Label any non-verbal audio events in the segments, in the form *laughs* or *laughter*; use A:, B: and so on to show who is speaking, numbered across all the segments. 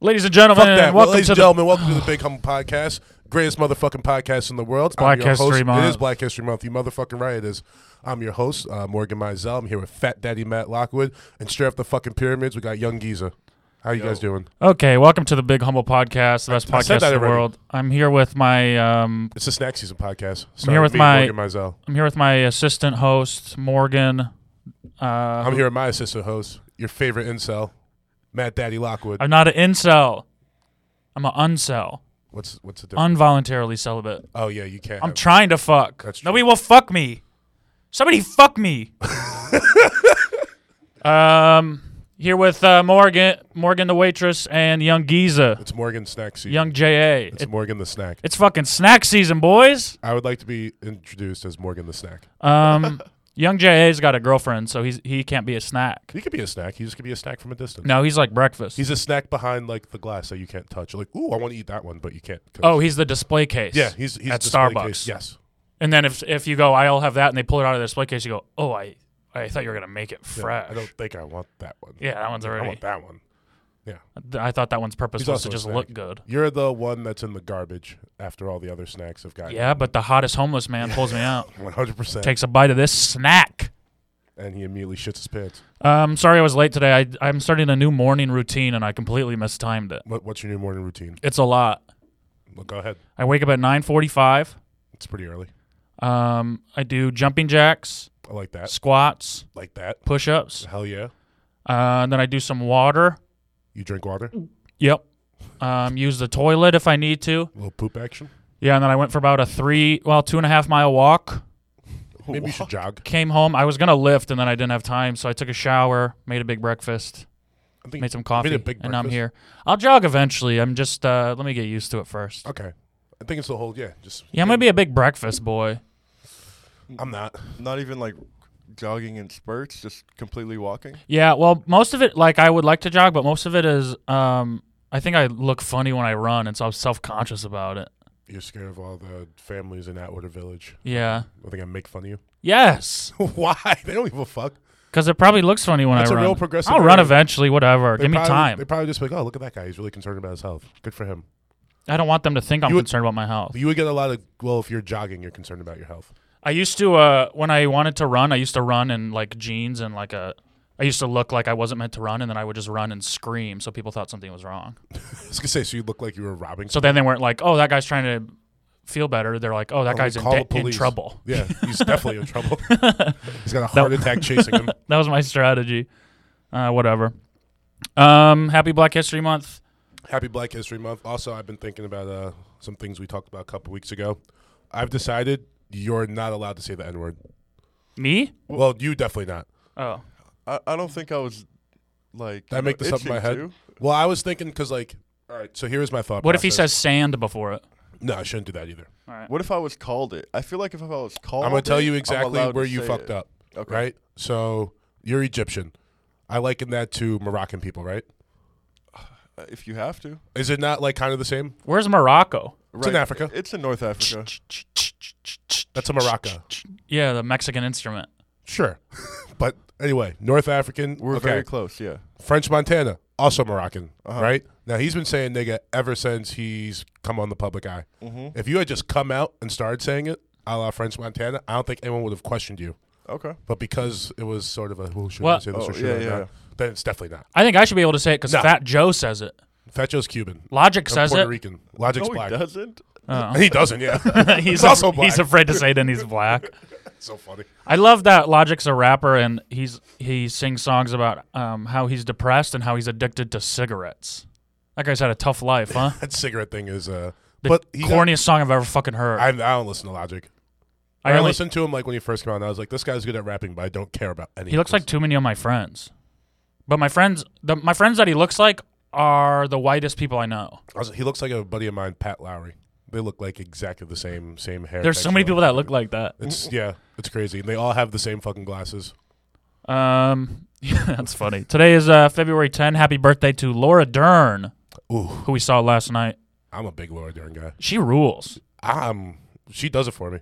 A: Ladies and gentlemen,
B: Fuck that. Well,
A: welcome
B: ladies
A: to
B: and
A: the
B: gentlemen, welcome to the Big Humble Podcast, greatest motherfucking podcast in the world.
A: Black
B: I'm your host.
A: History Month.
B: It is Black History Month. You motherfucking right. It is. I'm your host, uh, Morgan Mizell. I'm here with Fat Daddy Matt Lockwood, and straight off the fucking pyramids, we got Young Giza. How you guys doing?
A: Okay, welcome to the Big Humble Podcast, the best
B: I said
A: podcast
B: that
A: in the
B: already.
A: world. I'm here with my um,
B: It's a snack season podcast.
A: I'm here with
B: me,
A: my-
B: Morgan Mizell.
A: I'm here with my assistant host Morgan. Uh,
B: I'm here with my assistant host, your favorite incel, Matt Daddy Lockwood.
A: I'm not an incel. I'm an uncel,
B: what's what's the difference?
A: involuntarily celibate.
B: oh yeah, you can't.
A: I'm
B: have-
A: trying to fuck.
B: That's true.
A: Nobody will fuck me. Somebody fuck
B: *laughs*
A: me. um, here with uh, Morgan, Morgan the waitress, and Young Giza,
B: it's Morgan snack season.
A: Young J A.
B: it's Morgan the snack.
A: It's fucking snack season, boys.
B: I would like to be introduced as Morgan the snack.
A: Um, young JA's got a girlfriend, so he's he can't be a snack.
B: He could be a snack. He just could be a snack from a distance.
A: No, he's like breakfast.
B: He's a snack behind like the glass that you can't touch. You're like, ooh, I want to eat that one, but you can't. 'cause-
A: oh, he's the display case.
B: yeah, he's he's
A: at
B: display
A: Starbucks.
B: case. Yes,
A: And then if if you go, I'll have that, and they pull it out of the display case, you go, oh, I I thought you were gonna make it
B: Yeah,
A: fresh.
B: I don't think I want that one.
A: Yeah, that one's
B: I
A: already-
B: want that one.
A: Th- I thought that one's purpose
B: He's
A: was to
B: also a
A: just
B: snack.
A: look good.
B: You're the one that's in the garbage after all the other snacks have gotten.
A: Yeah, but the hottest homeless man pulls
B: *laughs*
A: me out,
B: one hundred percent.
A: takes a bite of this snack.
B: And he immediately shits his pants.
A: Um, sorry I was late today. I I'm starting a new morning routine, and I completely mistimed it.
B: What, what's your new morning routine?
A: It's a lot.
B: Well, go ahead.
A: I wake up at 9:45.
B: It's pretty early.
A: Um, I do jumping jacks,
B: I like that.
A: squats,
B: Like that.
A: push-ups.
B: Hell yeah.
A: Uh, and then I do some water.
B: You drink water. A
A: Yep. Um, use the toilet if I need to.
B: little poop action.
A: Yeah, and then I went for about a three, well, two and a half mile walk.
B: Maybe you should jog.
A: Came home. I was gonna lift, and then I didn't have time, so I took a shower, made a big breakfast,
B: I think
A: made some
B: you
A: coffee,
B: made a big
A: and I'm
B: breakfast.
A: here. I'll jog eventually. I'm just uh, let me get used to it first.
B: Okay. I think it's the whole yeah. Just
A: Yeah, I'm gonna be a big breakfast boy.
B: I'm not.
C: Not even like jogging in spurts, just completely walking.
A: Yeah, well, most of it, like I would like to jog, but most of it is, um, I think I look funny when I run, and so I'm self conscious about it.
B: You're scared of all the families in Atwater Village.
A: Yeah.
B: I think I make fun of you.
A: Yes,
B: *laughs* Why? They don't give a fuck.
A: because it probably looks funny when
B: That's
A: I
B: a
A: run.
B: real progressive
A: I'll run
B: area.
A: eventually, whatever.
B: They
A: Give me
B: probably-
A: time.
B: They probably just be like, oh, look at that guy. He's really concerned about his health. Good for him.
A: I don't want them to think I'm
B: You would-
A: concerned about my health.
B: You would get a lot of well, if you're jogging, you're concerned about your health.
A: I used to uh, when I wanted to run, I used to run in like jeans and like a. I used to look like I wasn't meant to run, and then I would just run and scream, so people thought something was wrong.
B: I was gonna say, so you look like you were robbing.
A: So then they weren't like, "Oh, that guy's trying to feel better." They're like, "Oh, that
B: someone.
A: guy's in,
B: Call
A: de-
B: the
A: in
B: police.
A: trouble."
B: Yeah,
A: *laughs*
B: he's definitely in trouble. he's got a heart attack chasing him.
A: That was my strategy. Uh, whatever. Um, happy Black History Month.
B: Happy Black History Month. Also, I've been thinking about uh, some things we talked about a couple weeks ago. I've decided you're not allowed to say the N word.
A: Me?
B: Well, you definitely not.
A: Oh,
C: I, I don't think I was like.
B: Did I
C: you know,
B: make this up in my
C: itching
B: head?
C: to.
B: Well, I was thinking because like, all right. So here's my thought.
A: what if he
B: process.
A: says sand before it?
B: no? I shouldn't do that either.
C: What if I was called it? I feel like if I was called,
B: I'm gonna tell
C: it,
B: you
C: I'm
B: exactly
C: allowed
B: where
C: to
B: you
C: say
B: fucked
C: it.
B: up.
C: Okay.
B: Right. So you're Egyptian. I liken that to Moroccan people, right?
C: Uh, If you have to,
B: Is it not like kind of the same?
A: Where's Morocco?
C: right.
B: in Africa.
C: It's in North Africa.
B: That's a maraca.
A: Yeah, the Mexican instrument.
B: Sure. *laughs* but anyway, North African.
C: We're
B: okay.
C: very Uh-huh. close. Yeah.
B: French Montana, also Moroccan, right? Now he's been saying nigga ever since he's come on the public eye.
C: Mm-hmm.
B: If you had just come out and started saying it, a la French Montana, I don't think anyone would have questioned you.
C: Okay.
B: But because it was sort of a, well, should I
A: What?
B: say this
C: Oh,
B: or should
C: yeah,
B: I
C: yeah,
B: not?
C: yeah.
B: Then it's definitely not.
A: I think I should be able to say it because
B: No.
A: Fat Joe says it.
B: Fat Joe's Cuban.
A: Logic
B: I'm
A: says
B: Puerto
A: it.
B: Rican. Logic's
C: No, he
B: black.
C: doesn't.
A: Oh.
B: *laughs* He doesn't,
A: *laughs*
B: yeah.
A: he's
B: He's also
A: af- He's
B: black.
A: afraid to say it, and he's black.
B: so funny.
A: I love that Logic's a rapper, and he's he sings songs about um, how he's depressed and how he's addicted to cigarettes. That guy's had a tough life,
B: *laughs*
A: huh?
B: That cigarette thing is uh
A: The
B: but he got-
A: corniest song I've ever fucking heard.
B: I,
A: I,
B: I don't listen to Logic. I,
A: only,
B: listened to him like when he first came out and I was like, this guy's good at rapping, but I don't care about any
A: he
B: of
A: looks
B: this.
A: like too many of my friends, but my friends, the, my friends that he looks like are the whitest people I know.
B: I was- he looks like a buddy of mine, Pat Lowry. They look like exactly the same same hair.
A: There's so many people that look like that.
B: It's yeah, it's crazy. And they all have the same fucking glasses.
A: Um, *laughs* that's funny. Today is uh, February 10. Happy birthday to Laura Dern,
B: Ooh,
A: who we saw last night.
B: I'm a big Laura Dern guy.
A: She rules.
B: I'm she does it for me.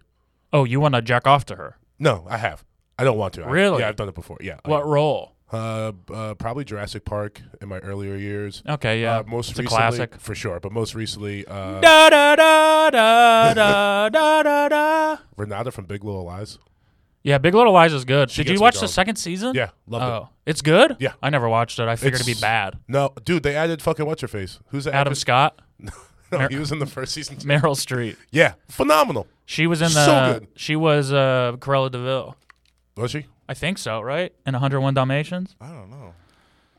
A: Oh, you want to jack off to her?
B: No, I have. I don't want to. I-
A: Really?
B: yeah, I've done it before. Yeah.
A: What role?
B: Uh, uh, probably Jurassic Park in my earlier years.
A: Okay, Oh, yeah.
B: Uh, most
A: it's a
B: recently, *laughs*
A: classic.
B: for sure. But most recently, uh,
A: Da da da da *laughs* da da da da.
B: Renata from Big Little Lies.
A: Yeah, Big Little Lies is good. Did you
B: gets me
A: watch the
B: going.
A: second season?
B: Yeah, loved it.
A: Oh, it's good.
B: Yeah.
A: I never watched it. I figured it'd be
B: It's-
A: bad.
B: No, dude, they added fucking what's her face? Who's the
A: Adam
B: actress? *laughs*
A: Scott, *laughs*
B: No, he was in the first season.
A: Meryl Streep.
B: Yeah, phenomenal.
A: She was in
B: So
A: the.
B: good.
A: She was uh, Corella Deville.
B: Was she?
A: I think so, right? In 101 Dalmatians.
C: I don't know.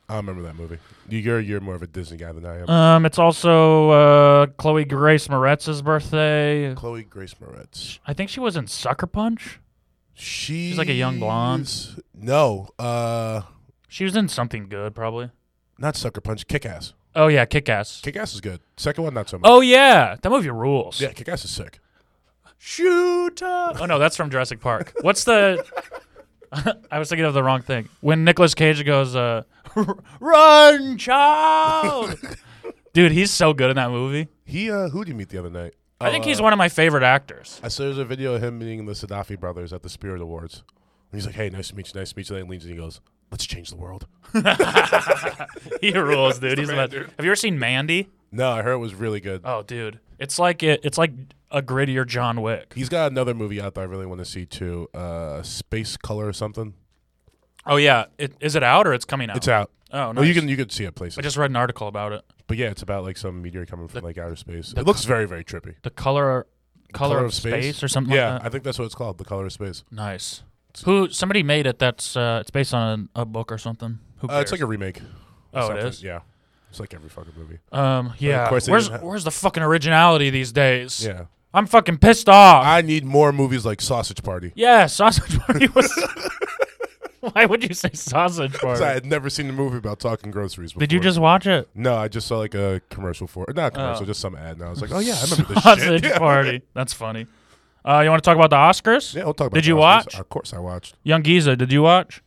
B: I don't remember that movie. You- You're you're more of a Disney guy than I am.
A: Um, it's also uh, Chloe Grace Moretz's birthday.
B: Chloe Grace Moretz.
A: I think she was in Sucker Punch.
B: She's
A: like a young blonde.
B: No, uh,
A: She was in something good, probably.
B: not Sucker Punch. Kick Ass.
A: Oh yeah, Kick Ass.
B: Kick Ass is good. Second one, not so much.
A: Oh yeah, that movie rules.
B: Yeah, Kick Ass is sick.
A: Shoot! up. Oh no, that's from Jurassic Park. What's the? *laughs* I was thinking of the wrong thing. When Nicolas Cage goes, uh, *laughs* "Run, child!" Dude, he's so good in that movie.
B: He uh, who did you meet the other night? Uh,
A: I
B: Oh,
A: think he's one of my favorite actors. *laughs*
B: I saw there's a video of him meeting the Gaddafi brothers at the Spirit Awards. And he's like, "Hey, nice to meet you. Nice to meet you." Then he leans and he goes, "Let's change the world."
A: He rules,
B: *laughs*
A: dude. He's
B: man,
A: about,
B: dude.
A: Have you ever seen Mandy?
B: No, I heard it was really good.
A: Oh, dude, it's like it, it's like a grittier John Wick.
B: He's got another movie out that I really want to see too. Uh, Space Color or something.
A: Oh yeah, it, is it out or it's coming out?
B: It's out.
A: Oh no,
B: Well, you can you can see it places.
A: I just read an article about it.
B: but yeah, it's about like some meteor coming from like outer space. It looks very very trippy.
A: The color, color, of space. or something.
B: Yeah,
A: like that.
B: I think that's what it's called, The Color of Space.
A: nice. Who? Somebody made it. That's uh, it's based on a, a book or something. Who
B: Uh,
A: cares?
B: it's like a remake.
A: Oh, it
B: Something.
A: is?
B: Yeah, it's like every fucking movie.
A: um, yeah.
B: course they
A: where's
B: didn't have-
A: where's the fucking originality these days?
B: Yeah,
A: I'm fucking pissed off.
B: I need more movies like Sausage Party.
A: yeah, sausage party was. *laughs* Why would you say sausage
B: 'Cause
A: party?
B: I had never seen a movie about talking groceries. before.
A: Did you just watch it?
B: No, I just saw like a commercial for it. Not a commercial,
A: Oh.
B: just some ad. And I was like, oh yeah, I
A: *laughs*
B: remember this shit.
A: Sausage
B: Yeah. *laughs*
A: party. That's funny. Uh, you want to talk about the Oscars?
B: Yeah, we'll talk about
A: Did you
B: Oscars.
A: watch?
B: Of course I watched.
A: Young Giza, did you watch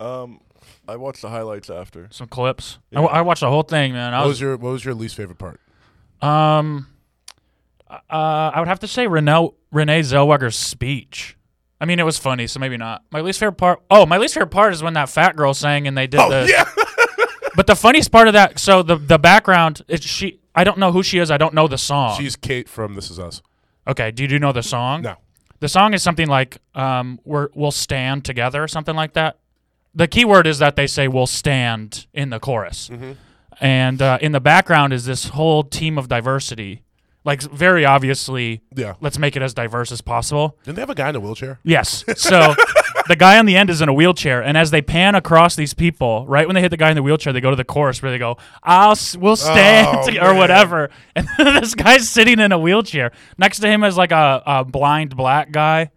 C: Um, I watched the highlights after.
A: some clips? I, w- I watched the whole thing, man. I
B: What
A: was
B: was your What was your least favorite part?
A: Um, uh, I would have to say Renee Renee Zellweger's speech. I mean, it was funny, so maybe not. My least favorite part. Oh, my least favorite part is when that fat girl sang and they did the.
B: Oh, yeah.
A: *laughs* But the funniest part of that, so the the background is she. I don't know who she is. I don't know the song.
B: She's Kate from This Is Us.
A: Mm-hmm. okay, do you know the song?
B: No.
A: The song is something like um, we're, "We'll stand together" or something like that. The key word is that they say "we'll stand" in the chorus, and uh, in the background is this whole team of diversity, like very obviously
B: Yeah.
A: let's make it as diverse as possible.
B: Didn't they have a guy in a wheelchair?
A: Yes. So *laughs* the guy on the end is in a wheelchair, and as they pan across these people, right when they hit the guy in the wheelchair, they go to the chorus where they go, "I'll s- we'll stand" *laughs*
B: Oh,
A: to- or
B: man.
A: whatever. And this guy's sitting in a wheelchair. Next to him is like a, a blind black guy.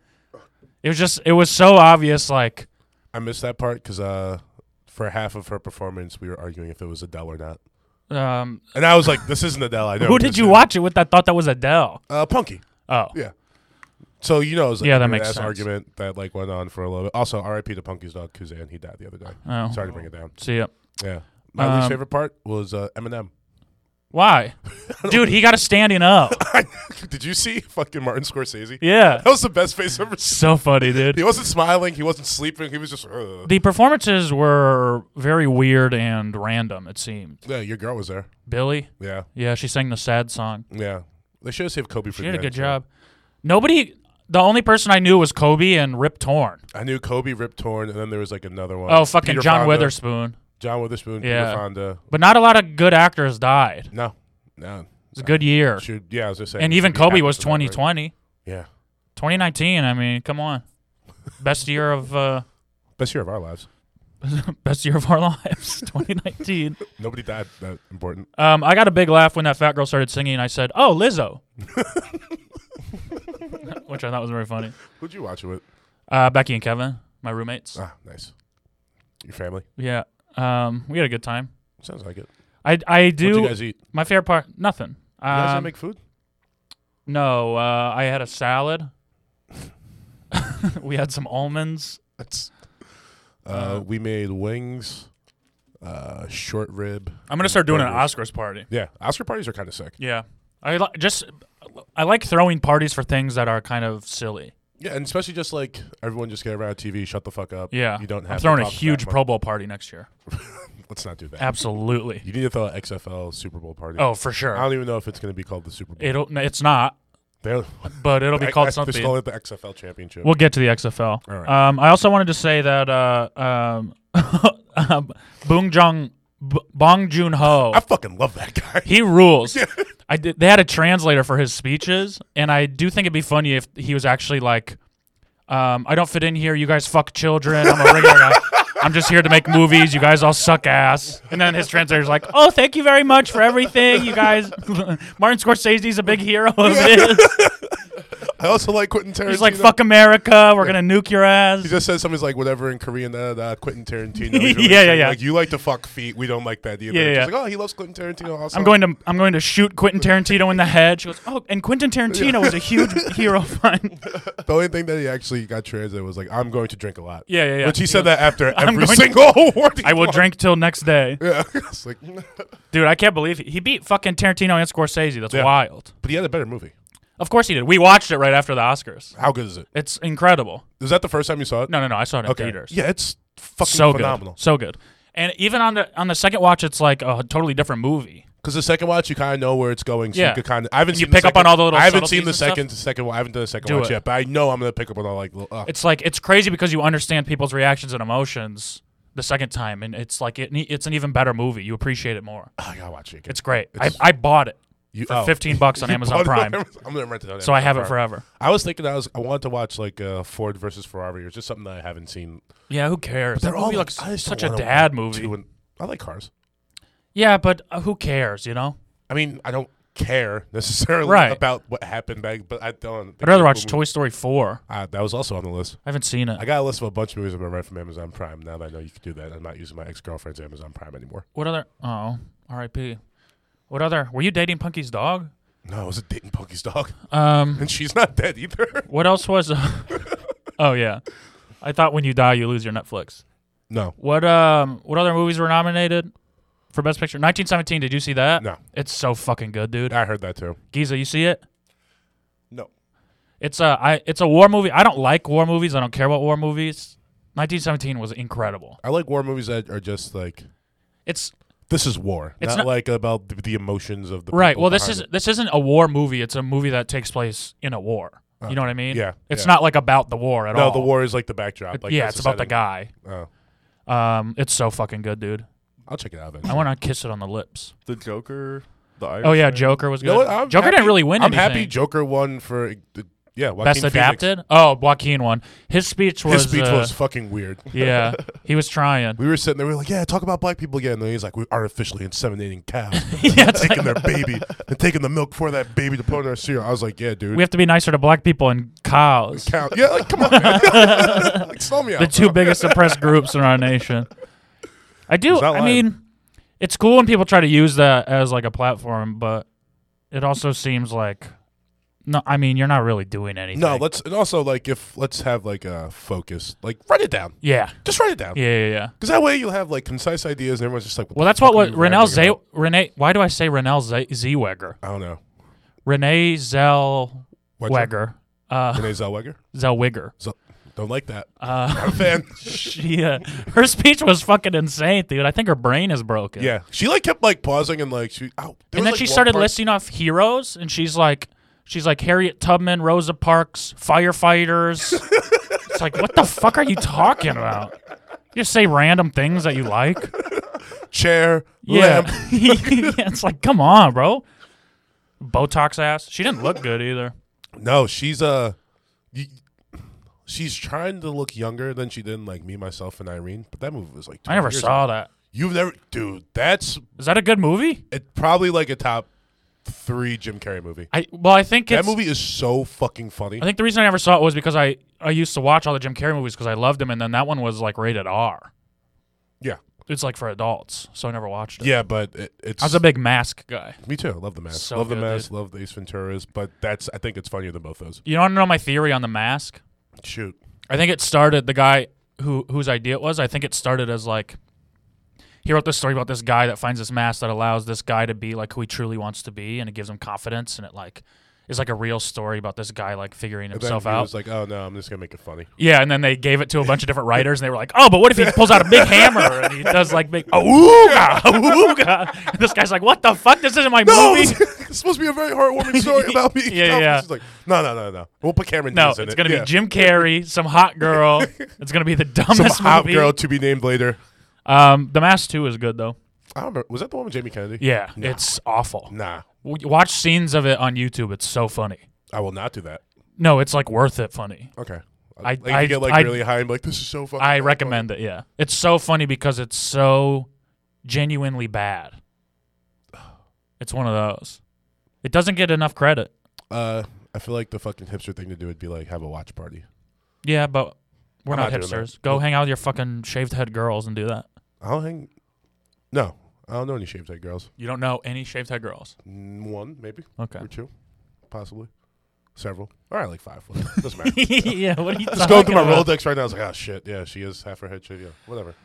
A: It was just it was so obvious. Like
B: I missed that part because uh, for half of her performance, we were arguing if it was Adele or not.
A: um,
B: And I was like, this isn't Adele. I
A: *laughs*
B: know.
A: who
B: this
A: did you
B: is-
A: watch it with that thought that was Adele?
B: Uh, Punky.
A: Oh,
B: Yeah. So you know, it was like
A: Yeah,
B: yeah,
A: that
B: that
A: makes
B: ass
A: sense.
B: argument that like went on for a little bit. Also, R.I.P. to Punky's dog Kuzan. He died the other day.
A: Oh.
B: Sorry to bring it down.
A: see it.
B: Yeah. My least
A: Um,
B: favorite part was uh, Eminem. *laughs*
A: Why, dude? He got a standing
B: *laughs*
A: up.
B: Did you see *laughs* fucking Martin Scorsese?
A: Yeah,
B: That was the best face I've ever *laughs* seen.
A: so funny, dude.
B: He wasn't smiling. He wasn't sleeping. He was just. "Ugh."
A: The performances were very weird and random, it seemed.
B: Yeah, your girl was there.
A: Billy,
B: Yeah,
A: yeah, she sang the sad song.
B: yeah. They should have saved Kobe for.
A: She did a
B: the
A: good
B: end, too.
A: job. Nobody, the only person I knew was Kobe and Rip Torn.
B: I knew Kobe, Rip Torn, and then there was like another one.
A: Oh, fucking
B: Peter
A: John
B: Fonda.
A: Witherspoon.
B: John Witherspoon.
A: Yeah.
B: Peter Fonda.
A: But not a lot of good actors died. It
B: No, no.
A: was a good year.
B: Should yeah, I was just saying.
A: And
B: should
A: even
B: be
A: Kobe
B: actors
A: was
B: in that, right?
A: 2020.
B: Yeah,
A: 2019, I mean, come on. Best year of uh, *laughs*
B: best year of our lives.
A: best year of our *laughs* lives, 2019.
B: Nobody died that important.
A: Um, I got a big laugh when that fat girl started singing. I said, "Oh, Lizzo," *laughs* which I thought was very funny.
B: Who'd you watch it with?
A: Uh, Becky and Kevin, my roommates.
B: Ah, nice. Your family.
A: Yeah, um, we had a good time.
B: Sounds like it.
A: I I
B: What
A: do
B: you guys eat? You
A: my favorite part. Nothing.
B: guys
A: Um,
B: don't make food?
A: no, uh, I had a salad. *laughs* we had some almonds.
B: That's. Uh, we made wings, uh, short rib.
A: I'm gonna start doing an
B: burgers.
A: Oscars party.
B: Yeah, Oscar parties are kind of sick.
A: Yeah, I li- just I like throwing parties for things that are kind of silly.
B: Yeah, and especially just like everyone just get around TV, shut the fuck up.
A: Yeah.
B: you don't have.
A: I'm
B: to
A: throwing a
B: talk that
A: huge
B: much.
A: Pro Bowl party next
B: *laughs*
A: year.
B: Let's not do that.
A: Absolutely.
B: You need to throw an XFL Super Bowl party.
A: Oh, for
B: I
A: sure.
B: don't even know if it's going to be called the Super Bowl.
A: It'll. no, It's not,
B: They'll
A: but it'll
B: *laughs*
A: be called
B: They
A: something.
B: call it the XFL Championship.
A: We'll get to the XFL.
B: All right.
A: Um, I also wanted to say that uh, um, *laughs* um, Bong Jong B- Bong Joon Ho.
B: I fucking love that guy.
A: He rules. I did, they had a translator for his speeches, and I do think it'd be funny if he was actually like, um, "I don't fit in here. You guys fuck children. I'm a regular guy. I'm just here to make movies. You guys all suck ass." And then his translator's like, "Oh, thank you very much for everything, you guys. *laughs* Martin Scorsese's a big hero of
B: *laughs*
A: this.
B: *laughs* I also like Quentin Tarantino.
A: He's like, fuck America. We're gonna nuke your
B: He
A: ass."
B: just said something like whatever in Korean. Da, da, da, Quentin
A: *laughs*
B: Tarantino.
A: Yeah,
B: really
A: yeah,
B: saying,
A: yeah.
B: Like you like to fuck feet. We don't like that either.
A: Yeah,
B: It's
A: yeah.
B: Like, oh, he loves Quentin Tarantino. Also,
A: I'm going to I'm going to shoot Quentin Tarantino in the head. She goes, "Oh, and Quentin Tarantino was a *laughs* huge hero of mine."
B: The only thing that he actually got translated was like, "I'm going to drink a lot."
A: Yeah, yeah, yeah.
B: Which he
A: He
B: said
A: goes,
B: that after
A: *laughs* "I'm
B: every
A: going to-
B: single *laughs* award. he
A: I will
B: won.
A: drink till next day.
B: Yeah, *laughs* it's like, but
A: Dude, I can't believe he, he beat fucking Tarantino and Scorsese. That's
B: Yeah.
A: wild.
B: he had a better movie.
A: Of course he did. We watched it right after the Oscars.
B: How good is it?
A: It's incredible.
B: Is that the first time you saw it?
A: No, no, no. I saw it in
B: Okay.
A: theaters.
B: Yeah, it's fucking
A: so
B: phenomenal.
A: good. So good. And even on the on the second watch, it's like a totally different movie.
B: Because the second watch, you kind of know where it's going. So
A: Yeah.
B: you could kind of. I haven't
A: You
B: seen the
A: pick up
B: second-
A: on all the little
B: I haven't seen the
A: subtleties and
B: second second. I haven't done the second
A: Do
B: watch
A: it.
B: yet, but I know I'm gonna pick up on all like. little- Uh,
A: It's like it's crazy because you understand people's reactions and emotions the second time, and it's like it, it's an even better movie. You appreciate it more.
B: oh, I gotta watch it. Again.
A: It's great.
B: It's-
A: I, I bought it
B: you,
A: for
B: oh.
A: fifteen bucks on
B: *laughs* You
A: Amazon
B: bought it on
A: Prime,
B: Amazon- I'm gonna rent it. On
A: so I
B: Amazon
A: have it
B: Prime.
A: forever.
B: I was thinking I was I wanted to watch like uh, Ford versus Ferrari or just something that I haven't seen.
A: Yeah, who cares? That movie looks
B: I just
A: such a
B: don't wanna
A: dad
B: watch
A: movie.
B: two and- I like cars.
A: Yeah, but uh, who cares? You know.
B: I mean, I don't care *laughs* necessarily
A: Right.
B: about what happened back, but I don't. think
A: I'd rather
B: it's
A: watch
B: cool.
A: Toy Story 4.
B: Uh, that was also on the list.
A: I haven't seen it.
B: I got a list of a bunch of movies I'm gonna rent from Amazon Prime. Now that I know you can do that, I'm not using my ex girlfriend's Amazon Prime anymore.
A: What other? Oh, R.I.P. What other? Were you dating Punky's dog?
B: No, it was a dating Punky's dog, *laughs*
A: Um,
B: and she's not dead either.
A: what else was?
B: *laughs*
A: oh yeah, I thought when you die you lose your Netflix.
B: no,
A: What um? What other movies were nominated for Best Picture? 1917. Did you see that?
B: no,
A: It's so fucking good, dude.
B: I heard that too.
A: Giza, you see it?
C: No.
A: It's a I. It's a war movie. I don't like war movies. I don't care about war movies. 1917 was incredible.
B: I like war movies that are just like
A: It's
B: this is war.
A: It's
B: not,
A: not-
B: like about the, the emotions of the
A: right.
B: people
A: Well, this
B: behind
A: is
B: it.
A: this isn't a war movie. It's a movie that takes place in a war. You know what I mean?
B: yeah,
A: It's
B: yeah.
A: not like about the war at
B: no.
A: all.
B: The war is like the backdrop. Like
A: yeah,
B: that's
A: it's about the
B: setting.
A: guy.
B: Oh,
A: Um, it's so fucking good, dude.
B: I'll check it out. Eventually.
A: I want to kiss it on the lips.
C: The Joker, the Irish.
A: Oh yeah, Joker was
B: You
A: good.
B: know what? I'm
A: Joker
B: happy-
A: didn't really win
B: I'm
A: anything.
B: happy Joker won for uh, yeah. Joaquin
A: Best
B: Phoenix.
A: adapted. Oh, Joaquin won. His speech was.
B: His speech
A: uh,
B: was fucking weird.
A: yeah,
B: *laughs*
A: he was trying.
B: We were sitting there. We were like, "Yeah, talk about black people again." And then he's like, "We're artificially inseminating
A: *laughs*
B: cows,
A: yeah, it's like,
B: taking their baby and taking the milk for that baby to put in our cereal." I was like, "Yeah, dude."
A: we
B: *laughs*
A: have to be nicer to black people and cows.
B: Cow- yeah, like come
A: *laughs*
B: on, man. like, slow me out.
A: The two
B: bro.
A: biggest oppressed groups in our nation. I do.
B: He's not
A: I
B: lying.
A: mean, it's cool when people try to use that as like a platform, but it also seems like, no. I mean, you're not really doing anything.
B: No, let's and also like if let's have like a focus. Like write it down.
A: yeah,
B: Just write it down.
A: yeah, yeah, yeah.
B: Because that way you'll have like concise ideas, and everyone's just like,
A: Well,
B: the
A: that's
B: fuck
A: what
B: are
A: what
B: you
A: Renel
B: rambling
A: Zay
B: about?"
A: Renee. Why do I say Renel Zay- Zellweger?
B: I don't know.
A: Renee Zellweger.
B: Wedger?
A: Uh,
B: Renee Zellweger.
A: Zellweger. *laughs*
B: Don't like that.
A: Uh,
B: I'm a fan. *laughs*
A: she, uh, her speech was fucking insane, dude. I think her brain is broken.
B: yeah, she like kept like pausing and like she. Oh, there was,
A: and then
B: like,
A: she
B: one
A: started
B: part-
A: listing off heroes, and she's like, she's like Harriet Tubman, Rosa Parks,
B: *laughs*
A: firefighters. it's like, what the fuck are you talking about? You just say random things that you like.
B: chair.
A: Yeah.
B: Lamp.
A: yeah, *laughs* it's like, come on, bro. Botox ass. She didn't look good either.
B: No, she's uh, y- she's trying to look younger than she did in like Me, Myself, and Irene. But that movie was like.
A: I never
B: 20 years ago.
A: saw that.
B: You've never, dude. That's
A: Is that a good movie?
B: it. Probably like a top three Jim Carrey movie.
A: I well, I think
B: That
A: it's,
B: movie is so fucking funny.
A: I think the reason I never saw it was because I I used to watch all the Jim Carrey movies because I loved him, and then that one was like rated R.
B: Yeah,
A: It's like for adults, so I never watched it.
B: yeah, but it, it's.
A: I was a big Mask guy.
B: me too. I love the mask.
A: So
B: love the
A: good,
B: mask.
A: dude.
B: Love the Ace Venturas. But that's. I think it's funnier than both those.
A: You want to know my theory on the Mask?
B: Shoot.
A: I think it started the guy who whose idea it was. I think it started as like he wrote this story about this guy that finds this mask that allows this guy to be like who he truly wants to be, and it gives him confidence, and it like is like a real story about this guy like figuring
B: And then
A: himself
B: he
A: out.
B: was like, "Oh no, I'm just gonna make it funny."
A: yeah, and then they gave it to a bunch of different writers, and they were like, "Oh, but what if
B: *laughs*
A: he pulls out a big hammer and he does like big ooga ooga?" And this guy's like, "What the fuck? This isn't my
B: No,
A: *laughs* movie."
B: *laughs* it's supposed to be a very heartwarming story about me.
A: *laughs* Yeah, yeah, yeah.
B: It's like, no, no, no, no. We'll put Cameron
A: No,
B: Diaz in
A: it's
B: it.
A: gonna
B: Yeah.
A: be Jim Carrey, some hot girl. It's gonna be the
B: Some
A: dumbest
B: hot
A: movie.
B: girl to be named later.
A: Um, the Mask Two is good though.
B: I don't remember. Was that the one with Jamie Kennedy?
A: Yeah, it's awful.
B: Nah,
A: W- Watch scenes of it on YouTube. It's so funny.
B: I will not do that.
A: No, it's like worth it funny.
B: Okay.
A: I-
B: like,
A: I-
B: you get like
A: I-
B: really high and be like this is so fucking.
A: I
B: funny.
A: recommend it. Yeah, it's so funny because it's so genuinely bad. *sighs* It's one of those. It doesn't get enough credit.
B: Uh, I feel like the fucking hipster thing to do would be like have a watch party.
A: Yeah, but we're
B: I'm
A: not,
B: not doing that.
A: hipsters. Go hang out with your fucking shaved head girls and do that.
B: I'll hang. No, I don't know any shaved head girls.
A: You don't know any shaved head girls.
B: Mm, One maybe
A: Okay.
B: or two, possibly, several. All right, like five. Whatever. Doesn't
A: *laughs* *laughs*
B: matter.
A: yeah. What are you
B: Just
A: talking
B: going through my
A: about?
B: Rolodex right now. I was like, oh shit, yeah, she is half her head shaved. Yeah, whatever.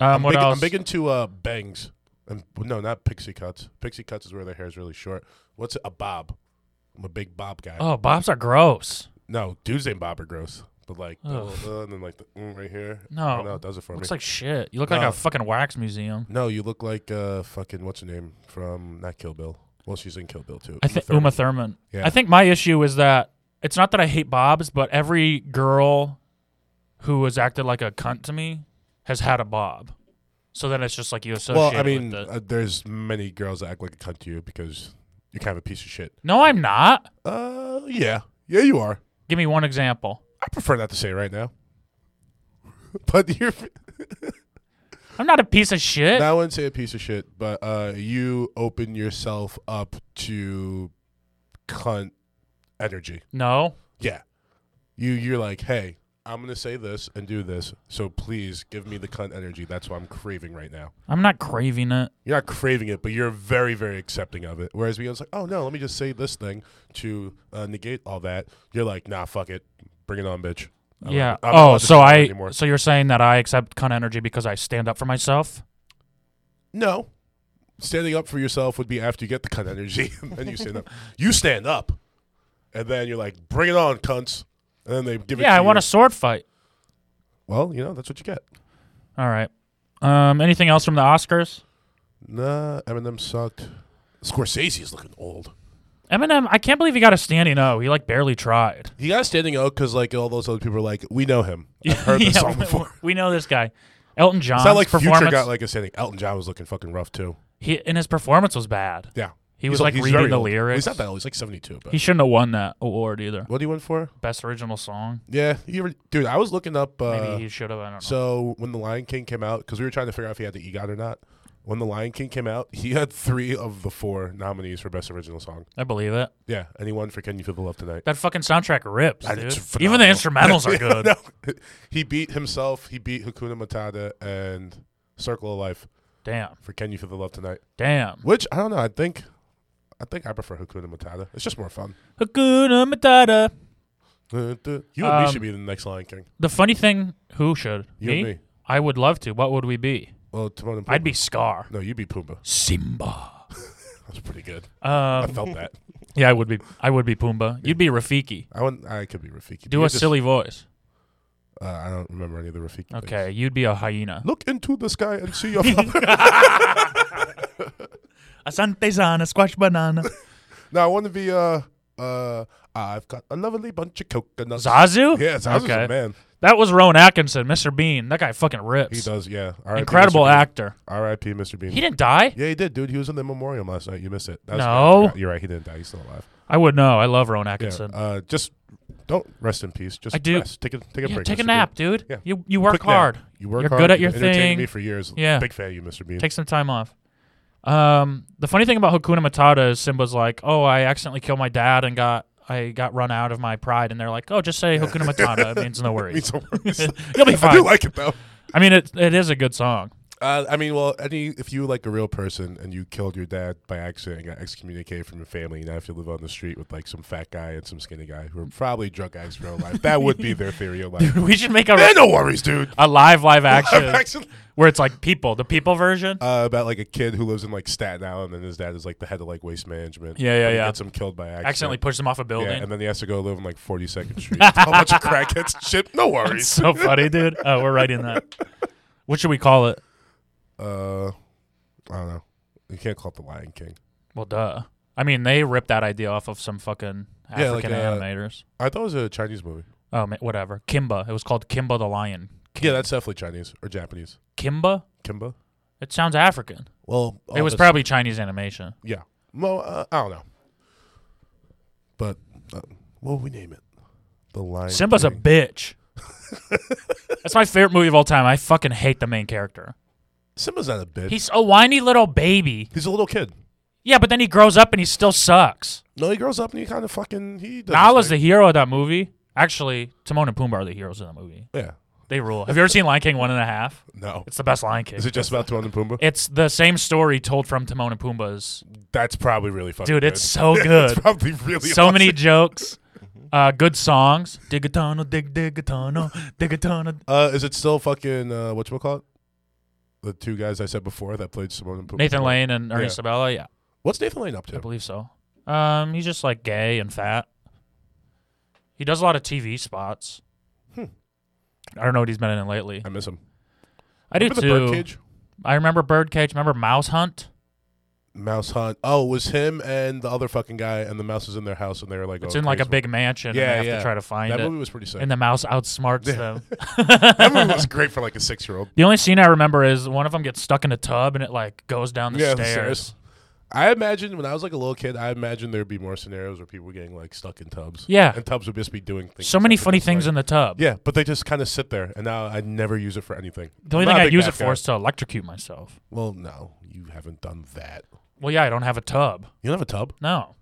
A: Um, what
B: big,
A: else?
B: I'm big into uh, bangs. And well, no, not pixie cuts. Pixie cuts is where their hair is really short. What's a bob? I'm a big bob guy.
A: oh, bobs are gross.
B: No, dudes named Bob are gross. But like, the
A: Ugh.
B: little, uh, and then like the mm, right here. I
A: No,
B: don't know, it does it for
A: looks
B: me.
A: like shit. You look like
B: No.
A: a fucking wax museum.
B: no, you look like uh, fucking what's her name from not Kill Bill. Well, she's in Kill Bill too.
A: I think
B: Thurman.
A: Uma Thurman.
B: Yeah.
A: I think my issue is that it's not that I hate bobs, but every girl who has acted like a cunt to me has had a bob. So then it's just like you associate.
B: Well, I
A: it with
B: mean,
A: the-
B: uh, there's many girls that act like a cunt to you because you're kind of a piece of shit.
A: no, I'm not.
B: Uh, yeah, yeah, you are.
A: Give me one example.
B: I prefer not to say it right now. *laughs* but you're.
A: I'm not a piece of *laughs* shit.
B: I wouldn't say a piece of shit, but uh, you open yourself up to cunt energy.
A: No,
B: Yeah. You you're like, hey, I'm gonna say this and do this, so please give me the cunt energy. That's what I'm craving right now.
A: I'm not craving it.
B: You're not craving it, but you're very, very accepting of it. Whereas we was like, oh no, let me just say this thing to uh, negate all that. You're like, nah, fuck it, bring it on, bitch. I'm
A: yeah.
B: not- I'm not
A: oh,
B: allowed to
A: so
B: say that
A: I.
B: anymore.
A: So you're saying that I accept cunt energy because I stand up for myself?
B: No. Standing up for yourself would be after you get the cunt energy, *laughs* and then you stand up. You stand up, and then you're like, "Bring it on, cunts!" And then they give it.
A: yeah, I
B: to
A: want
B: you.
A: a sword fight.
B: Well, you know that's what you get.
A: All right. Um, anything else from the Oscars?
B: Nah, Eminem sucked. Scorsese is looking old.
A: Eminem, I can't believe he got a standing O. He like barely tried.
B: He got standing out because like all those other people are like, "We know him.
A: *laughs*
B: I've heard this
A: Yeah,
B: song
A: we-
B: before."
A: We know this guy. Elton John's
B: It's not like
A: performance.
B: Future got like a standing. Elton John was looking fucking rough too.
A: he and his performance was bad.
B: Yeah,
A: He
B: He's
A: was
B: old-
A: like
B: he's
A: reading
B: very
A: the
B: old.
A: lyrics.
B: He's not that old. He's like seventy-two. But
A: He shouldn't have won that award either.
B: what do you win for?
A: Best original song.
B: Yeah, you ever, dude. I was looking up. Uh,
A: Maybe he should have. I don't know.
B: So when the Lion King came out, because we were trying to figure out if he had the EGOT or not. When the Lion King came out, he had three of the four nominees for best original song.
A: I believe it.
B: Yeah, and he won for "Can You Feel the Love Tonight."
A: That fucking soundtrack rips,
B: And
A: dude.
B: it's
A: Even the
B: phenomenal.
A: instrumentals
B: *laughs*
A: are good.
B: No, he beat himself. He beat Hakuna Matata and "Circle of Life"
A: Damn,
B: for "Can You Feel the Love Tonight,"
A: damn.
B: which I don't know. I think, I think I prefer Hakuna Matata. It's just more fun.
A: Hakuna Matata.
B: You and me
A: Um,
B: should be the next Lion King.
A: The funny thing, who should
B: You and me.
A: I would love to. What would we be?
B: Well, Timon and Pumbaa.
A: I'd be Scar.
B: No, you'd be Pumbaa.
A: Simba.
B: That's pretty good. I
A: Um,
B: felt that.
A: yeah, I would be. I would be Pumbaa. You'd be Rafiki.
B: I wouldn't. I could be Rafiki.
A: Do
B: You
A: a
B: just-
A: silly voice.
B: Uh, I don't remember any of the Rafiki. things.
A: Okay, you'd be a hyena.
B: Look into the sky and see your
A: *laughs*
B: father.
A: Asante sana, squash banana.
B: now I want to be uh uh. I've got a lovely bunch of coconuts.
A: *laughs* Zazu?
B: Yeah, Zazu's
A: Okay.
B: a man.
A: That was Rowan Atkinson, Mr. Bean. That guy fucking
B: He
A: rips.
B: does. Yeah. R.I.P.
A: Incredible
B: Mr. Bean.
A: actor.
B: R.I.P. Mr. Bean.
A: He didn't die?
B: yeah, he did, dude. He was in the memoriam last night. You missed it. That was-
A: No.
B: I forgot. you're right. He didn't die. He's still alive.
A: I would know. I love Rowan
B: Yeah.
A: Atkinson. Yeah,
B: Uh, just don't rest in peace. Just
A: I do.
B: rest. Take a take a break.
A: take a
B: Mr.
A: nap,
B: Bean.
A: dude.
B: Yeah.
A: You you work
B: Quick nap.
A: hard.
B: You work
A: You're
B: hard.
A: good at
B: You've
A: your
B: entertained
A: thing.
B: Me for years.
A: Yeah.
B: Big fan of you, Mr. Bean. *laughs*
A: Take some time off. Um, the funny thing about Hakuna Matata is Simba's like, oh, I accidentally killed my dad and got I got run out of my pride, and they're like, oh, just say
B: *laughs*
A: Hakuna Matata. It means no worries. *laughs*
B: Means no worries.
A: You'll be
B: *laughs* I do
A: fine.
B: like it though.
A: I mean, it it is a good song. *laughs*
B: Uh, I mean, well, any if you were, like a real person and you killed your dad by accident and got excommunicated from your family, now if you live on the street with like some fat guy and some skinny guy who are probably drug addicts for their whole life, that would be their theory
A: *laughs*
B: of life.
A: we should make a
B: Man, no worries,
A: *laughs*
B: dude.
A: a live live
B: *laughs*
A: action
B: Action.
A: where it's like people, the people version.
B: Uh, about like a kid who lives in like Staten Island and his dad is like the head of like waste management.
A: Yeah, yeah,
B: And he
A: yeah.
B: Gets him killed by accident.
A: Accidentally push them off a
B: Yeah,
A: building.
B: and then he has to go live on like 42nd Street. with a bunch of crackheads. Shit,
A: *laughs*
B: no
A: It's *laughs*
B: worries.
A: so funny, dude. Oh, we're writing that. What should we call it?
B: Uh, I don't know. You can't call it the Lion King.
A: Well, duh. I mean, they ripped that idea off of some fucking African
B: Yeah, like, uh,
A: animators.
B: I thought it was a Chinese movie.
A: Oh, ma- whatever. Kimba. It was called Kimba the Lion.
B: Yeah, that's definitely Chinese or Japanese.
A: Kimba?
B: Kimba.
A: It sounds African.
B: Well,
A: it was probably Chinese animation.
B: Yeah. Well, uh, I don't know. But uh, what would we name it? The Lion.
A: Simba's a
B: King. *laughs*
A: bitch. That's my favorite movie of all time. I fucking hate the main character.
B: Simba's not a bitch. He's,
A: He's a whiny little baby.
B: a little kid.
A: Yeah, but then he grows up and he still sucks.
B: No, he grows up and he kind of fucking he. does
A: Nala's the
B: his
A: hero of that movie. Actually, Timon and Pumbaa are the heroes of that movie.
B: thing. yeah.
A: They rule. Have you ever seen Lion King One and a Half?
B: No.
A: It's the best Lion King.
B: Is it just about Timon and Pumbaa?
A: It's the same story told from Timon and Pumbaa's.
B: That's probably really fucking.
A: Dude,
B: good.
A: it's
B: *laughs*
A: so
B: it's
A: good.
B: probably really
A: so many
B: awesome. Mm-hmm.
A: jokes, uh, good songs. Digatono, dig digatono, digatono.
B: Uh, is it still fucking uh, what you call it? The two guys I said before that played Simone and Pumbaa.
A: Nathan Lane and Ernie Sabella. Yeah,
B: What's Nathan Lane up
A: I
B: to?
A: believe so. Um, he's just like gay and fat. He does a lot of TV spots.
B: Hmm.
A: I don't know what he's been in lately.
B: I miss him.
A: I do
B: Remember the
A: too.
B: Birdcage?
A: I remember Birdcage. Remember Mouse Hunt?
B: Mouse Hunt. Oh, it was him and the other fucking guy, and the mouse was in their house, and they were like,
A: It's
B: oh,
A: in like a
B: crazy.
A: big mansion.
B: Yeah,
A: and they have
B: yeah.
A: to try to find
B: That
A: it.
B: movie was pretty sick.
A: and the mouse outsmarts them.
B: that
A: *laughs*
B: movie was great for like a six-year-old.
A: The only scene I remember is one of them gets stuck in a tub and it like goes down the
B: Yeah, the
A: stairs.
B: stairs. I imagine when I was like a little kid, I imagined there'd be more scenarios where people were getting like stuck in tubs.
A: Yeah.
B: and tubs would just be doing things.
A: So many
B: that were
A: funny
B: just,
A: things
B: like-
A: in the tub.
B: yeah, but they just kind of sit there, and now I never use it for anything.
A: The only
B: I'm not
A: thing
B: a
A: I
B: big
A: use it
B: bath
A: for
B: guy.
A: is to electrocute myself.
B: Well, no, you haven't done that.
A: Well, yeah, I don't have a tub.
B: You don't have a tub?
A: No,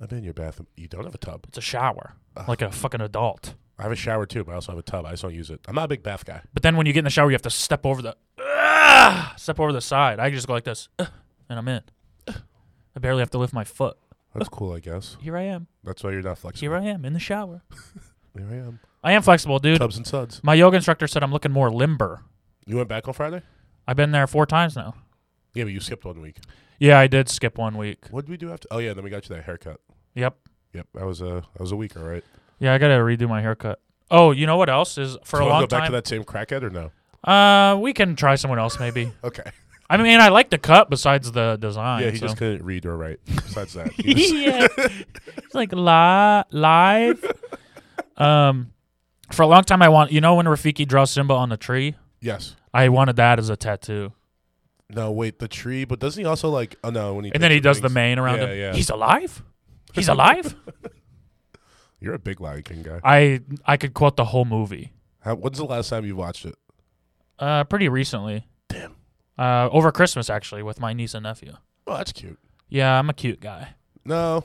B: I've been in your bathroom. You don't have a tub.
A: it's a shower, like a fucking adult.
B: I have a shower too, but I also have a tub. I just don't use it. I'm not a big bath guy.
A: But then when you get in the shower, you have to step over the Ah! step over the side. I just go like this, ah, and I'm in. Ah. I barely have to lift my foot.
B: That's cool, I guess.
A: Here I am.
B: That's why you're not flexible.
A: Here I am in the shower.
B: Here I am.
A: I am flexible, dude.
B: Tubs and suds.
A: My yoga instructor said I'm looking more limber.
B: *laughs* You went back on Friday?
A: I've been there four times now.
B: Yeah, but you skipped one week.
A: Yeah, I did skip one week.
B: What did we do after? Oh yeah, then we got you that haircut.
A: Yep.
B: Yep, that was a that was a week, all right.
A: Yeah, I gotta redo my haircut. Oh, you know what else is for a
B: Do you wanna
A: long
B: go back
A: time.
B: to that same crackhead or no?
A: Uh, we can try someone else maybe.
B: Okay.
A: I mean, I like the cut besides the design.
B: *laughs* yeah, he
A: so.
B: just couldn't read or write. Besides that, he
A: *laughs*
B: was-
A: yeah, it's like li- live. Um, for a long time, I want you know when Rafiki draws Simba on the tree,
B: yes.
A: I wanted that as a tattoo,
B: No, wait, the tree. But doesn't he also like? Oh no, when he
A: and then he
B: takes
A: does the
B: things-
A: mane around
B: Yeah,
A: him.
B: yeah.
A: He's alive. He's
B: *laughs*
A: alive.
B: You're a big Lion King guy.
A: I I could quote the whole movie.
B: How, when's the last time you watched it?
A: Uh, pretty recently.
B: Damn.
A: Uh, over Christmas actually with my niece and nephew.
B: Oh, that's cute.
A: Yeah, I'm a cute guy.
B: No,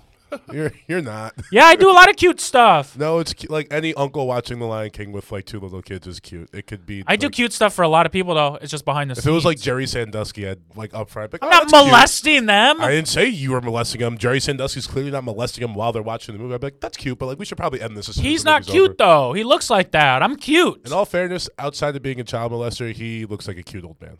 B: you're you're not.
A: Yeah, I do a lot of cute stuff.
B: No, it's cu- like any uncle watching The Lion King with like two little kids is cute. It could be.
A: I do
B: like-
A: cute stuff for a lot of people though. It's just behind the
B: If
A: scenes.
B: it was like Jerry Sandusky, I'd like up front. Like,
A: I'm
B: "Oh,
A: not
B: that's cute."
A: molesting them.
B: I didn't say you were molesting him. Jerry Sandusky's clearly not molesting him while they're watching the movie. I'd be like, that's cute, but like we should probably end this. As soon as
A: He's
B: the
A: not
B: movie's
A: cute
B: over."
A: though. He looks like that. I'm cute.
B: In all fairness, outside of being a child molester, he looks like a cute old man.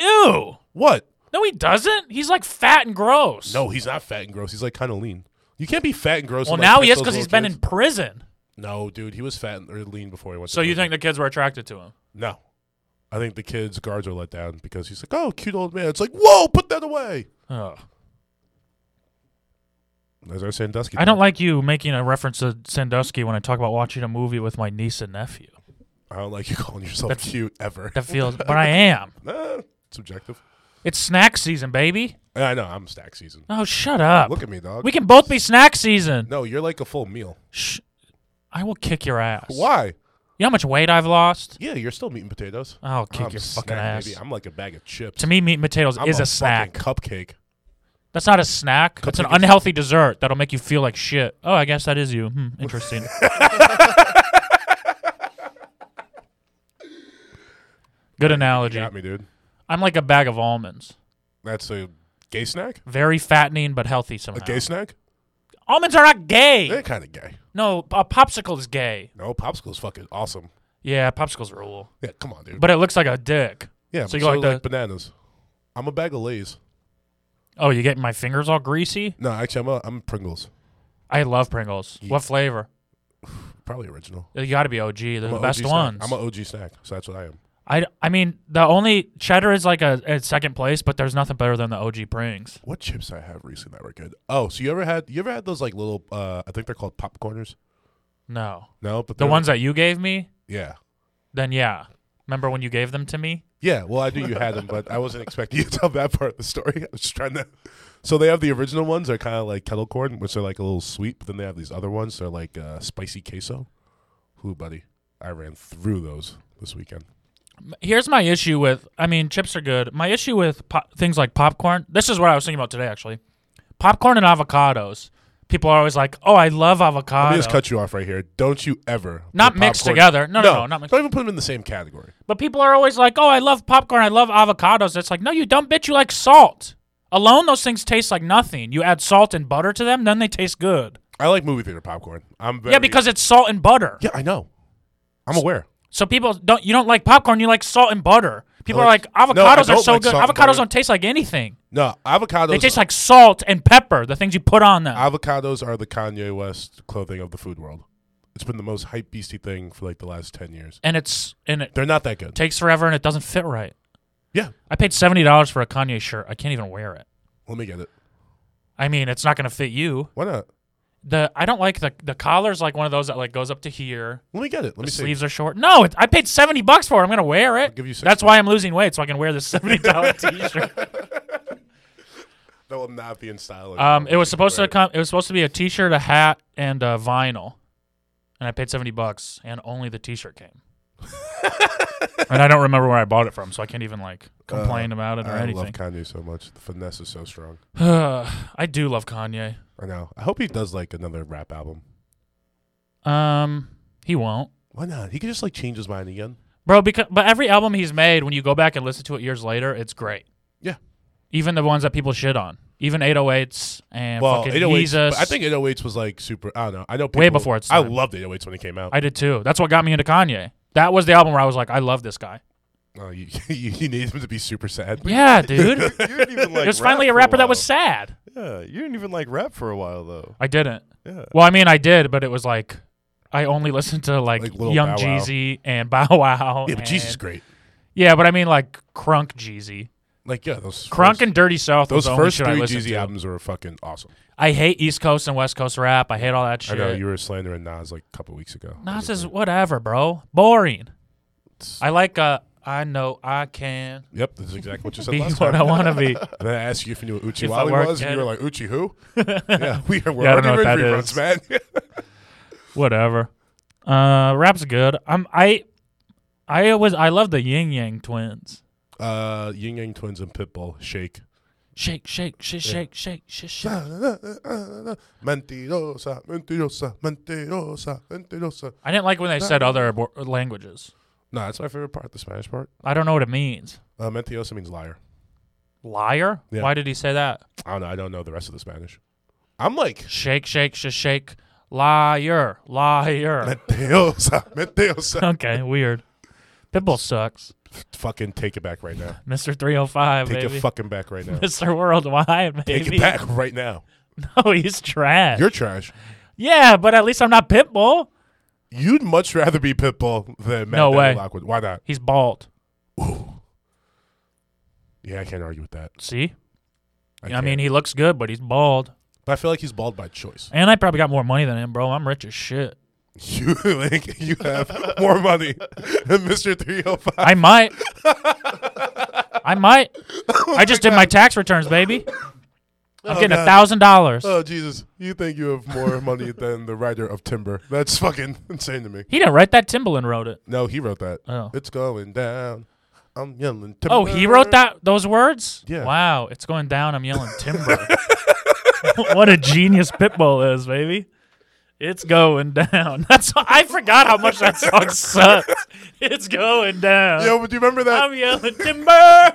A: Ew.
B: What?
A: No, he doesn't. He's like fat and gross.
B: No, he's not fat and gross. He's like kind of lean. You can't be fat and gross.
A: Well,
B: and, like,
A: now
B: pick
A: he is
B: those
A: because he's
B: little
A: been in
B: kids.
A: prison.
B: No, dude, he was fat and, or lean before he went.
A: So
B: to
A: you
B: prison.
A: think the kids were attracted to him?
B: No. I think the kids' guards are let down because he's like, oh, cute old man. It's like, whoa, put that away.
A: Oh.
B: As I was saying, Dusky.
A: I don't like you making a reference to Sandusky when I talk about watching a movie with my niece and nephew.
B: I don't like you calling yourself cute ever.
A: That feels, but I am.
B: Nah, it's objective.
A: It's snack season, baby.
B: Yeah, I know, I'm stack season.
A: Oh, shut up.
B: Look at me, dog.
A: We can both be snack season.
B: no, you're like a full meal.
A: Shh. I will kick your ass.
B: Why?
A: You know how much weight I've lost?
B: Yeah, you're still meat and potatoes.
A: I'll kick
B: I'm
A: your
B: snack,
A: fucking ass.
B: baby. I'm like a bag of chips.
A: To me, meat and potatoes
B: I'm
A: is a,
B: a
A: snack.
B: fucking cupcake.
A: That's not a snack. That's an
B: Cupcake is-
A: unhealthy dessert that'll make you feel like shit. Oh, I guess that is you. Hmm,
B: *laughs*
A: interesting. Good analogy.
B: Got me, dude.
A: I'm like a bag of almonds.
B: That's a gay snack.
A: Very fattening but healthy
B: A
A: somehow.
B: gay snack.
A: Almonds are not
B: They're
A: gay.
B: kind of gay.
A: No, a popsicle is gay.
B: No, popsicle's fucking awesome.
A: Yeah, popsicles rule.
B: Yeah, come on, dude.
A: But it looks like a dick.
B: yeah,
A: so you
B: but
A: like
B: do I
A: the-
B: bananas. I'm a bag of Lay's.
A: Oh, you getting my fingers all greasy?
B: No, actually, I'm a, I'm Pringles.
A: I love Pringles.
B: Yeah.
A: What flavor?
B: Probably original.
A: You got to be OG. They're
B: I'm
A: the
B: a
A: best
B: OG
A: ones.
B: Snack. I'm an OG snack, so that's what I am.
A: I, I mean, the only cheddar is like a at second place, but there's nothing better than the OG Prings.
B: What chips I have recently that were good? Oh, so you ever had you ever had those like little? uh I think they're called popcorners.
A: No.
B: No, but
A: The
B: they're-
A: ones that you gave me,
B: Yeah,
A: then yeah. Remember when you gave them to me?
B: yeah. Well, I knew you had them, but I wasn't expecting you to tell that part of the story. I was just trying to. *laughs* So they have the original ones. They're kind of like kettle corn, which are like a little sweet. But then they have these other ones. They're like uh, spicy queso. Who, buddy? I ran through those this weekend.
A: Here's my issue with I mean, chips are good. My issue with po- things like popcorn, this is what I was thinking about today actually. Popcorn and avocados. People are always like, "Oh, I love
B: Let me
A: avocado."
B: just cut you off right here. Don't you ever
A: Not
B: put
A: mixed
B: popcorn-
A: together. No, no, no, not mixed.
B: Don't even put them in the same category.
A: But people are always like, "Oh, I love popcorn. I love avocados." It's like, "No, you don't, bitch. You like salt." Alone those things taste like nothing. You add salt and butter to them, then they taste good.
B: I like movie theater popcorn. I'm very,
A: yeah, because it's salt and butter.
B: yeah, I know. I'm aware.
A: So people don't you don't like popcorn, you like salt and butter. People
B: I like-
A: are like
B: No, I
A: avocados are
B: don't
A: so
B: like
A: good.
B: salt and
A: Avocados
B: butter.
A: don't taste like anything.
B: No, avocados.
A: They taste like salt and pepper, the things you put on them.
B: Avocados are the Kanye West clothing of the food world. It's been the most hype beasty thing for like the last ten years.
A: and it's and it
B: They're not that good.
A: takes forever and it doesn't fit right.
B: Yeah,
A: I paid seventy dollars for a Kanye shirt. I can't even wear it.
B: let me get it.
A: I mean, it's not gonna fit you.
B: Why not?
A: The I don't like the the collar's like one of those that like goes up to here.
B: Let me get it. Let me
A: The
B: see.
A: sleeves are short. No, it, I paid seventy bucks for it. I'm gonna wear it.
B: give you six
A: That's why I'm losing weight, so I can wear this
B: *laughs*
A: seventy dollar t-shirt.
B: That will not be in style.
A: Um,
B: anymore.
A: it was supposed to
B: Right.
A: come. It was supposed to be a T-shirt, a hat, and uh, vinyl, and I paid seventy bucks, and only the T-shirt
B: *laughs*
A: came. and I don't remember where I bought it from, so I can't even like complain about it or
B: Uh, I love
A: anything.
B: Kanye so much. The finesse is so strong.
A: I do love Kanye.
B: I know. I hope he does like another rap album.
A: Um, he won't,
B: Why not? He could just like change his mind again.
A: bro. Because but every album he's made, when you go back and listen to it years later, it's great.
B: Yeah.
A: Even the ones that people shit on, even 808s and
B: Well,
A: fucking
B: 808s.
A: Jesus.
B: but I think 808s was like super. I don't know. I know people,
A: Way before its
B: I
A: time.
B: loved 808s when it came out.
A: I did too. That's what got me into Kanye. That was the album where I was like, I love this guy.
B: oh, *laughs* you, you, you need him to be super sad. *laughs*
A: Yeah, dude.
C: You didn't even like
A: There's finally
C: rap
A: a
C: for
A: rapper that
C: while.
A: was sad.
C: Yeah, you didn't even like rap for a while though.
A: I didn't.
C: Yeah.
A: Well, I mean, I did, but it was like I only listened to like,
B: Like Lil
A: Young
B: Bow Wow.
A: Jeezy and *laughs* Bow Wow.
B: Yeah, but Jesus,
A: and-
B: is great.
A: Yeah, but I mean like Crunk Jeezy,
B: Like yeah, those
A: Crunk
B: first-
A: and Dirty South.
B: Those
A: was the only
B: first
A: shit
B: three
A: I listened
B: Jeezy
A: to.
B: albums were fucking awesome.
A: I hate East Coast and West Coast rap. I hate all that
B: I
A: shit.
B: know you were slandering Nas like a couple weeks ago.
A: Nas is whatever, bro. Boring. I like uh, I know I can
B: Yep, this is exactly what you
A: *laughs*
B: said
A: be
B: last
A: what
B: time.
A: I want to
B: *laughs*
A: be.
B: And I asked you if you knew what Uchi
A: If I
B: Wally
A: work
B: was, and
A: at
B: you were
A: it.
B: like, Uchi
A: *laughs*
B: who? yeah, we are, we're
A: Yeah, I don't know
B: already
A: what
B: in
A: that
B: reruns,
A: is.
B: man. *laughs*
A: Whatever. Uh, rap's good. I'm I. I was I love the Ying Yang Twins.
B: uh, Ying Yang Twins and Pitbull, Shake. *laughs*
A: Shake, shake, shake, shake, shake, shake, shake.
B: Mentirosa, mentirosa, mentirosa, mentirosa.
A: I didn't like when they said other abor- languages.
B: No, that's my favorite part, the Spanish part.
A: I don't know what it means.
B: Uh, mentirosa means liar.
A: Liar?
B: Yeah.
A: Why did he say that?
B: I don't know. I don't know the rest of the Spanish. I'm like, *laughs*
A: Shake, shake, shake, shake. Liar, liar.
B: mentirosa, mentirosa. *laughs*
A: okay, weird. Pitbull sucks.
B: fucking take it back right now.
A: Mr. 305,
B: Take
A: baby.
B: it fucking back right
A: *laughs*
B: now.
A: Mr. Worldwide, baby.
B: Take
A: *laughs*
B: it back right now.
A: No, he's trash.
B: You're trash.
A: yeah, but at least I'm not Pitbull.
B: You'd much rather be Pitbull than Matt
A: No way.
B: Daddy Lockwood. Why not?
A: He's bald.
B: Yeah, I can't argue with that.
A: See?
B: I,
A: I mean,
B: can't.
A: he looks good, but he's bald.
B: but I feel like he's bald by choice. *laughs*
A: And I probably got more money than him, bro. I'm rich as shit.
B: You like you have more money than Mister Three Hundred Five.
A: I
B: *laughs*
A: might. I might.
B: Oh
A: I just did my tax returns, baby. I'm getting a
B: God.
A: thousand dollars.
B: Oh Jesus! You think you have more money than the writer of Timber? That's fucking insane to me.
A: He didn't write that. Timbaland wrote it.
B: No, he wrote that.
A: Oh.
B: It's going down. I'm yelling. Timber.
A: Oh, he wrote that. Those words.
B: Yeah.
A: Wow, it's going *laughs* down. I'm yelling timber. what a genius Pitbull is, baby. It's going down. *laughs* That's I forgot how much that song
B: *laughs*
A: sucks. It's going down.
B: Yo, but do you remember that?
A: I'm yelling timber.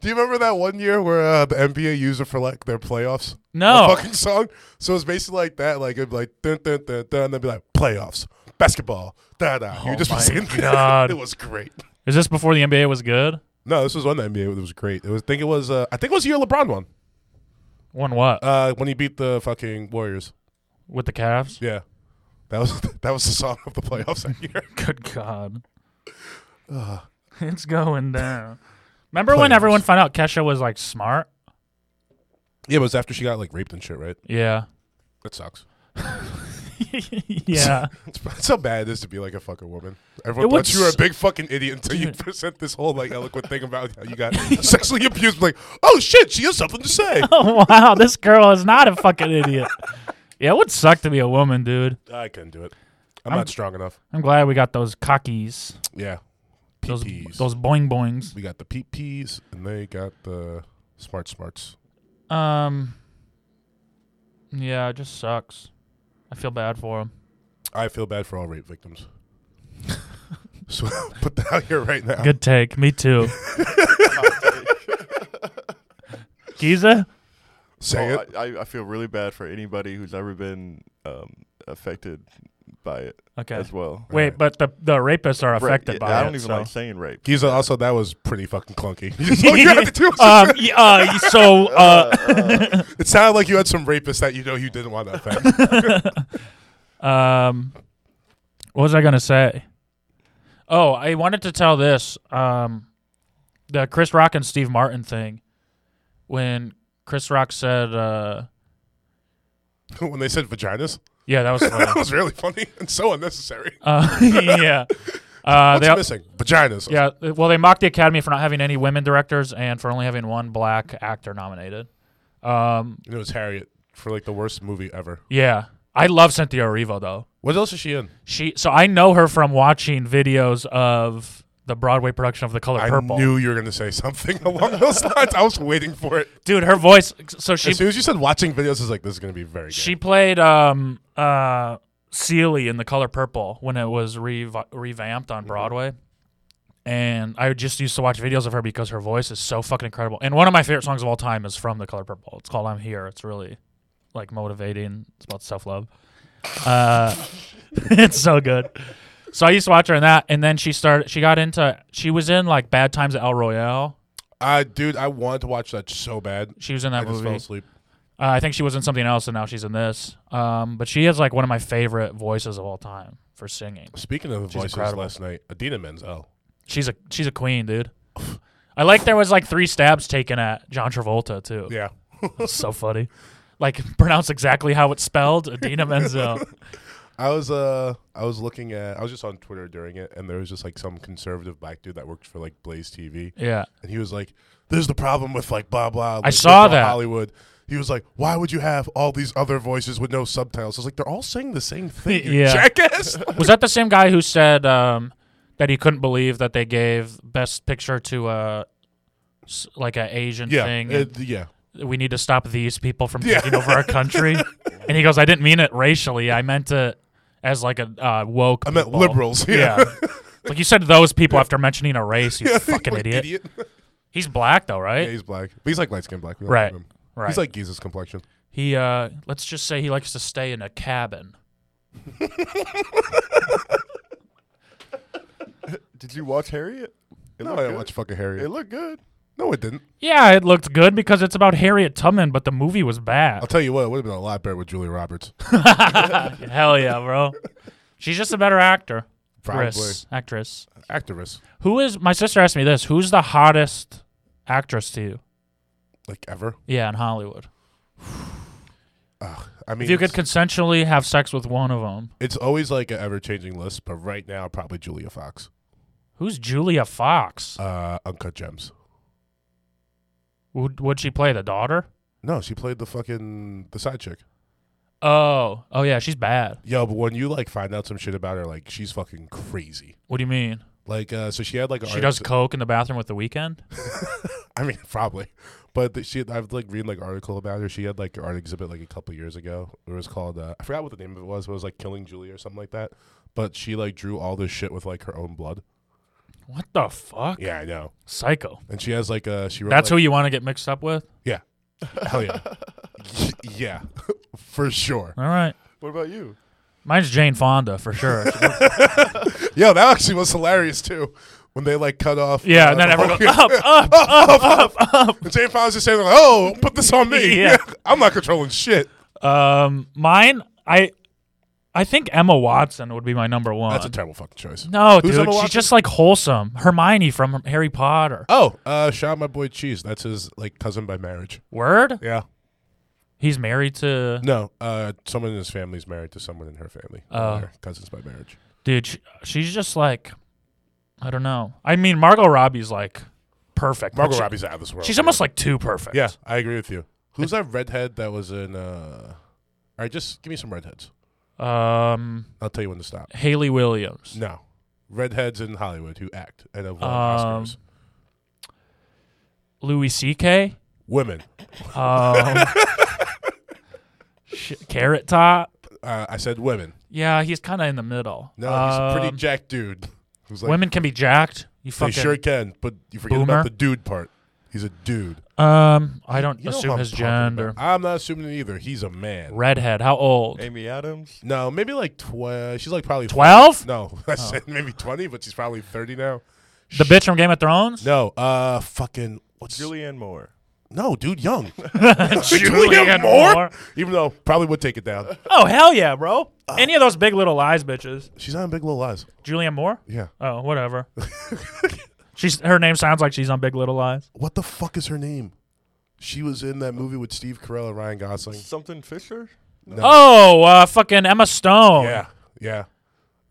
B: Do you remember that one year where uh, the NBA used it for like their playoffs?
A: *laughs* No.
B: A fucking song. So it's basically like that. Like it'd be like dun dun dun dun. And they'd be like playoffs, basketball, da da. you just be
A: Oh my
B: singing that.
A: God.
B: *laughs* it was great.
A: Is this before the NBA was good?
B: No, this was one NBA. It was great. It was. I think it was. Uh, I think it was the year LeBron won.
A: Won what?
B: Uh, when he beat the fucking Warriors.
A: With the
B: *laughs*
A: Cavs?
B: Yeah, that was *laughs* that was the song of the playoffs that year. *laughs*
A: Good God. It's going
B: *laughs*
A: down. Remember when everyone found out Kesha was like smart?
B: Yeah, but it was after she got like raped and shit, right?
A: Yeah. *laughs*
B: That sucks.
A: yeah.
B: *laughs* It's, it's how bad it is to be like a fucking woman.
A: It
B: Everyone
A: would
B: thought you were a
A: s-
B: big fucking idiot until you *laughs* present this whole like eloquent thing about how you got *laughs* sexually abused. Like, oh shit, she has something
A: *laughs*
B: to say.
A: oh wow, this girl is not a fucking idiot. Yeah, it would suck to be a woman, dude.
B: I couldn't do it. I'm,
A: I'm-
B: not strong enough.
A: I'm glad we got those cockies,
B: Yeah,
A: those
B: PPs.
A: those boing boings.
B: we got the PPs and they got the smart smarts.
A: Um, yeah, it just sucks. I feel bad for him.
B: I feel bad for all rape
A: *laughs*
B: victims. so *laughs* put that out here right now.
A: Good take. Me
C: *laughs*
A: too. Giza,
B: Say
C: Oh,
B: it.
C: I, I- I feel really bad for anybody who's ever been um, affected by it
A: okay.
C: as well.
A: Wait, but the the rapists are
C: Ra-
A: affected
C: yeah,
A: by
C: I don't
A: it.
C: even
A: so.
C: like Oh, saying rape.
B: Giza, also, that was pretty fucking clunky.
A: *laughs*
B: *laughs* All you had to do was-
A: um, y- uh, y- so
C: *laughs*
A: uh,
B: it sounded like you had some rapists that you know you didn't want
A: *laughs*
B: to offend. *laughs*
A: Um, what was I gonna say? Oh, I wanted to tell this. Um, the Chris Rock and Steve Martin thing. When Chris Rock said, uh,
B: when they said vaginas,
A: "Yeah, that was
B: that
A: funny."
B: was really funny *laughs* and so unnecessary.
A: uh, *laughs*
B: *laughs*
A: yeah. Uh,
B: What's
A: they, al-
B: missing? Vaginas.
A: yeah. Well, they mocked the Academy for not having any women directors and for only having one black actor nominated. Um,
B: And it was Harriet for like the worst movie ever.
A: yeah, I love Cynthia Erivo though.
B: What else is she in?
A: She so I know her from watching videos of the Broadway production of The Color
B: I
A: Purple.
B: knew you were going to say something *laughs* along those lines. I was waiting for it.
A: dude her voice so she
B: As soon as you said watching videos, I was like, this is going to be very
A: she
B: good.
A: played um uh Celie in The Color Purple when it was revi revamped
B: Mm-hmm.
A: on Broadway. And I just used to watch videos of her because her voice is so fucking incredible. And one of my favorite songs of all time is from The Color Purple. It's called I'm Here. It's really like motivating. It's about self-love. Uh, *laughs* it's so good. So I used to watch her in that and then she started she got into she was in like Bad Times at El Royale.
B: Uh, dude, I wanted to watch that so bad.
A: She was in that
B: I just
A: movie.
B: fell asleep.
A: Uh, I think she was in something else, and now she's in this. Um, but she has like one of my favorite voices of all time for singing.
B: Speaking of voices
A: incredible.
B: last night, Adina Menzel.
A: She's a she's a queen, dude. *sighs* I like there was like three stabs taken at John Travolta too.
B: Yeah.
A: That's *laughs* so funny. Like *laughs* pronounce exactly how it's spelled, Adina
B: *laughs*
A: Menzel.
B: I was uh I was looking at I was just on Twitter during it and there was just like some conservative black dude that worked for like Blaze TV
A: Yeah,
B: and he was like, "There's the problem with like blah blah." Like,
A: saw
B: liberal
A: that.
B: Hollywood. He was like, "Why would you have all these other voices with no subtitles?" I was like, "They're all saying the same thing,
A: *laughs*
B: you
A: Yeah.
B: jackass."
A: was that the same guy who said um, that he couldn't believe that they gave Best Picture to uh, s- like an Asian
B: yeah,
A: thing?
B: it- yeah.
A: we need to stop these people from
B: *laughs* Yeah.
A: taking over our
B: *laughs*
A: country. and he goes, I didn't mean it racially. I meant it as like a uh, woke.
B: I meant
A: people."
B: liberals. *laughs* Yeah,
A: Yeah. like you said, those people after mentioning a race. You fucking
B: Like, *laughs*
A: idiot. He's black though,
B: Yeah,
A: right?
B: *laughs* he's black, but he's like light skinned black. We don't
A: Right,
B: like him.
A: right.
B: He's like Jesus complexion.
A: he uh, let's just say he likes to stay in a cabin.
C: Did you watch Harriet? It
B: No, I didn't
C: looked good.
B: watch fucking Harry.
C: It looked good.
B: No, it didn't.
A: Yeah, it looked good because it's about Harriet Tubman, but the movie was
B: I'll
A: bad.
B: tell you what, it would have been a lot better with Julia Roberts. *laughs*
A: Hell yeah, bro. She's just a better actor.
B: Probably.
A: Actress. Actress.
B: Actress,
A: Who is my sister asked me this? Who's the hottest actress to you?
B: like ever.
A: Yeah, in Hollywood.
B: I mean,
A: If you
B: it's,
A: could consensually have sex with one of them,
B: it's always like an ever changing list, but right now probably Julia Fox.
A: who's Julia Fox?
B: Uh, Uncut Gems.
A: Would, would she play the daughter?
B: No, she played the fucking the side chick.
A: Oh, oh yeah, she's bad.
B: Yo, but when you like find out some shit about her, like she's fucking crazy.
A: What do you mean?
B: Like, uh, so she had like a
A: She does coke in the bathroom with the weekend.
B: I mean, *laughs* probably. But the, she, I've like reading like article about her. She had like an art exhibit like a couple years ago. It was called uh, I forgot what the name of it was. But it was like Killing Julie or something like that. But she like drew all this shit with like her own blood.
A: What the fuck?
B: Yeah, I know.
A: Psycho.
B: And she has like uh she wrote
A: That's
B: like,
A: who you want to get mixed up with.
B: who *laughs* hell yeah Y- yeah *laughs* for sure.
A: All right.
C: What about you?
A: Mine's Jane Fonda for
B: *laughs*
A: sure.
B: Yo, that actually was hilarious too when they like cut off.
A: yeah,
B: uh,
A: and then
B: the
A: everyone goes
B: whole-
A: up, up,
B: *laughs*
A: up, up, up.
B: And Jane Fonda's just saying like, "Oh, put this on me.
A: *laughs* Yeah.
B: *laughs* I'm not controlling shit."
A: Um, mine, I, I think Emma Watson would be my number one.
B: That's a terrible fucking choice.
A: no,
B: Who's
A: dude,
B: Emma Watson?
A: she's just like wholesome. Hermione from Harry Potter.
B: Oh, uh, shout out my boy Cheese. That's his like cousin by marriage.
A: Word?
B: Yeah.
A: He's married to
B: No, uh, someone in his family's married to someone in her family.
A: Oh.
B: Her cousins by marriage.
A: dude. She, she's just like, I don't know. I mean, Margot Robbie's like perfect. but
B: Margot
A: she-
B: Robbie's out of this world.
A: She's
B: yeah.
A: almost like too perfect.
B: Yeah, I agree with you. Who's that redhead that was in? uh All right, just give me some redheads.
A: Um,
B: I'll tell you when to stop.
A: Haley Williams.
B: No, redheads in Hollywood who act and have won
A: Um,
B: Oscars.
A: Louis C.K.
B: Women. *laughs*
A: Um, sh- Carrot Top.
B: Uh, I said women.
A: Yeah, he's kind of in the middle.
B: No, he's a pretty
A: Um,
B: jacked dude. *laughs* Who's like,
A: women can be jacked. You
B: they
A: fucking.
B: sure can, but you forget
A: Boomer.
B: about the dude part. He's a dude.
A: um, I don't
B: You know who
A: assume
B: I'm
A: his
B: talking
A: gender.
B: about. I'm not assuming it either. He's a man.
A: Redhead. How old?
C: Amy Adams.
B: No, maybe like twelve. She's like probably
A: 12?
B: No, *laughs* I said
A: Oh.
B: maybe twenty, but she's probably thirty now.
A: The bitch from Game of Thrones.
B: No, uh, fucking what's
C: Julianne Moore.
B: No, dude, young.
A: Julianne Moore?
B: Even though probably would take it down.
A: Oh hell yeah, bro!
B: Oh.
A: Any of those Big Little Lies bitches.
B: She's on Big Little Lies.
A: Julianne Moore.
B: Yeah.
A: Oh, whatever. *laughs* she's her name sounds like she's on Big Little Lies.
B: What the fuck is her name? She was in that movie with Steve Carell and Ryan Gosling.
C: Something Fisher.
A: Oh, uh, fucking Emma Stone.
B: Yeah, yeah.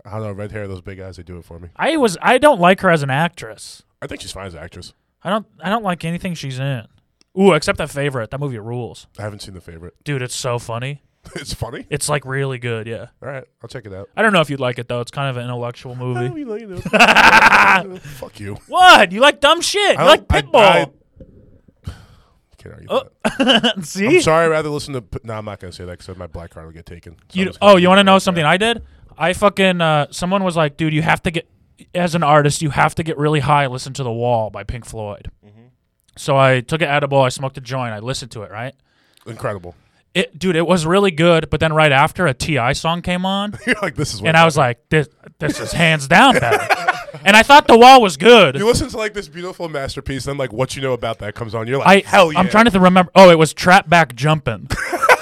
B: I don't know. Red hair, those big eyes, they do it for me.
A: I was. I don't like her as an actress.
B: I think she's fine as an actress.
A: I don't. I don't like anything she's in. Ooh, except that favorite. That movie rules,
B: I haven't seen the favorite. *laughs*
A: dude. It's so funny.
B: it's funny.
A: It's like really good. Yeah.
B: All right, I'll check
A: *laughs*
B: it out. *laughs*
A: I don't know if you'd like it though. It's kind of an intellectual
B: I
A: movie.
B: mean, like, you know, fuck you.
A: What? You like dumb shit? You
B: I
A: like
B: don't- I,
A: Pitbull?
B: I- can't argue.
A: Oh, *laughs*
B: that.
A: See?
B: I'm sorry. I'd rather listen to. P- no, I'm not gonna say that because my black card will get taken. So I'm
A: You,
B: just gonna
A: oh, you
B: leave
A: want
B: it
A: to know
B: like
A: something
B: that.
A: I did? I fucking uh, someone was like, dude, you have to get as an artist, you have to get really high. Listen to the Wall by Pink Floyd. So I took an edible. I smoked a joint. I listened to it. Right,
B: Incredible. *laughs*
A: it dude, it was really good. But then right after, a Ti song came on,
B: You're like this is. What
A: and I was like, this, this is hands down better. and I thought the Wall was good.
B: You listen to like this beautiful masterpiece, then like what you know about that comes on. You're
A: I
B: like, hell yeah.
A: I'm trying to th- remember. Oh, it was Trap Back Jumping. *laughs*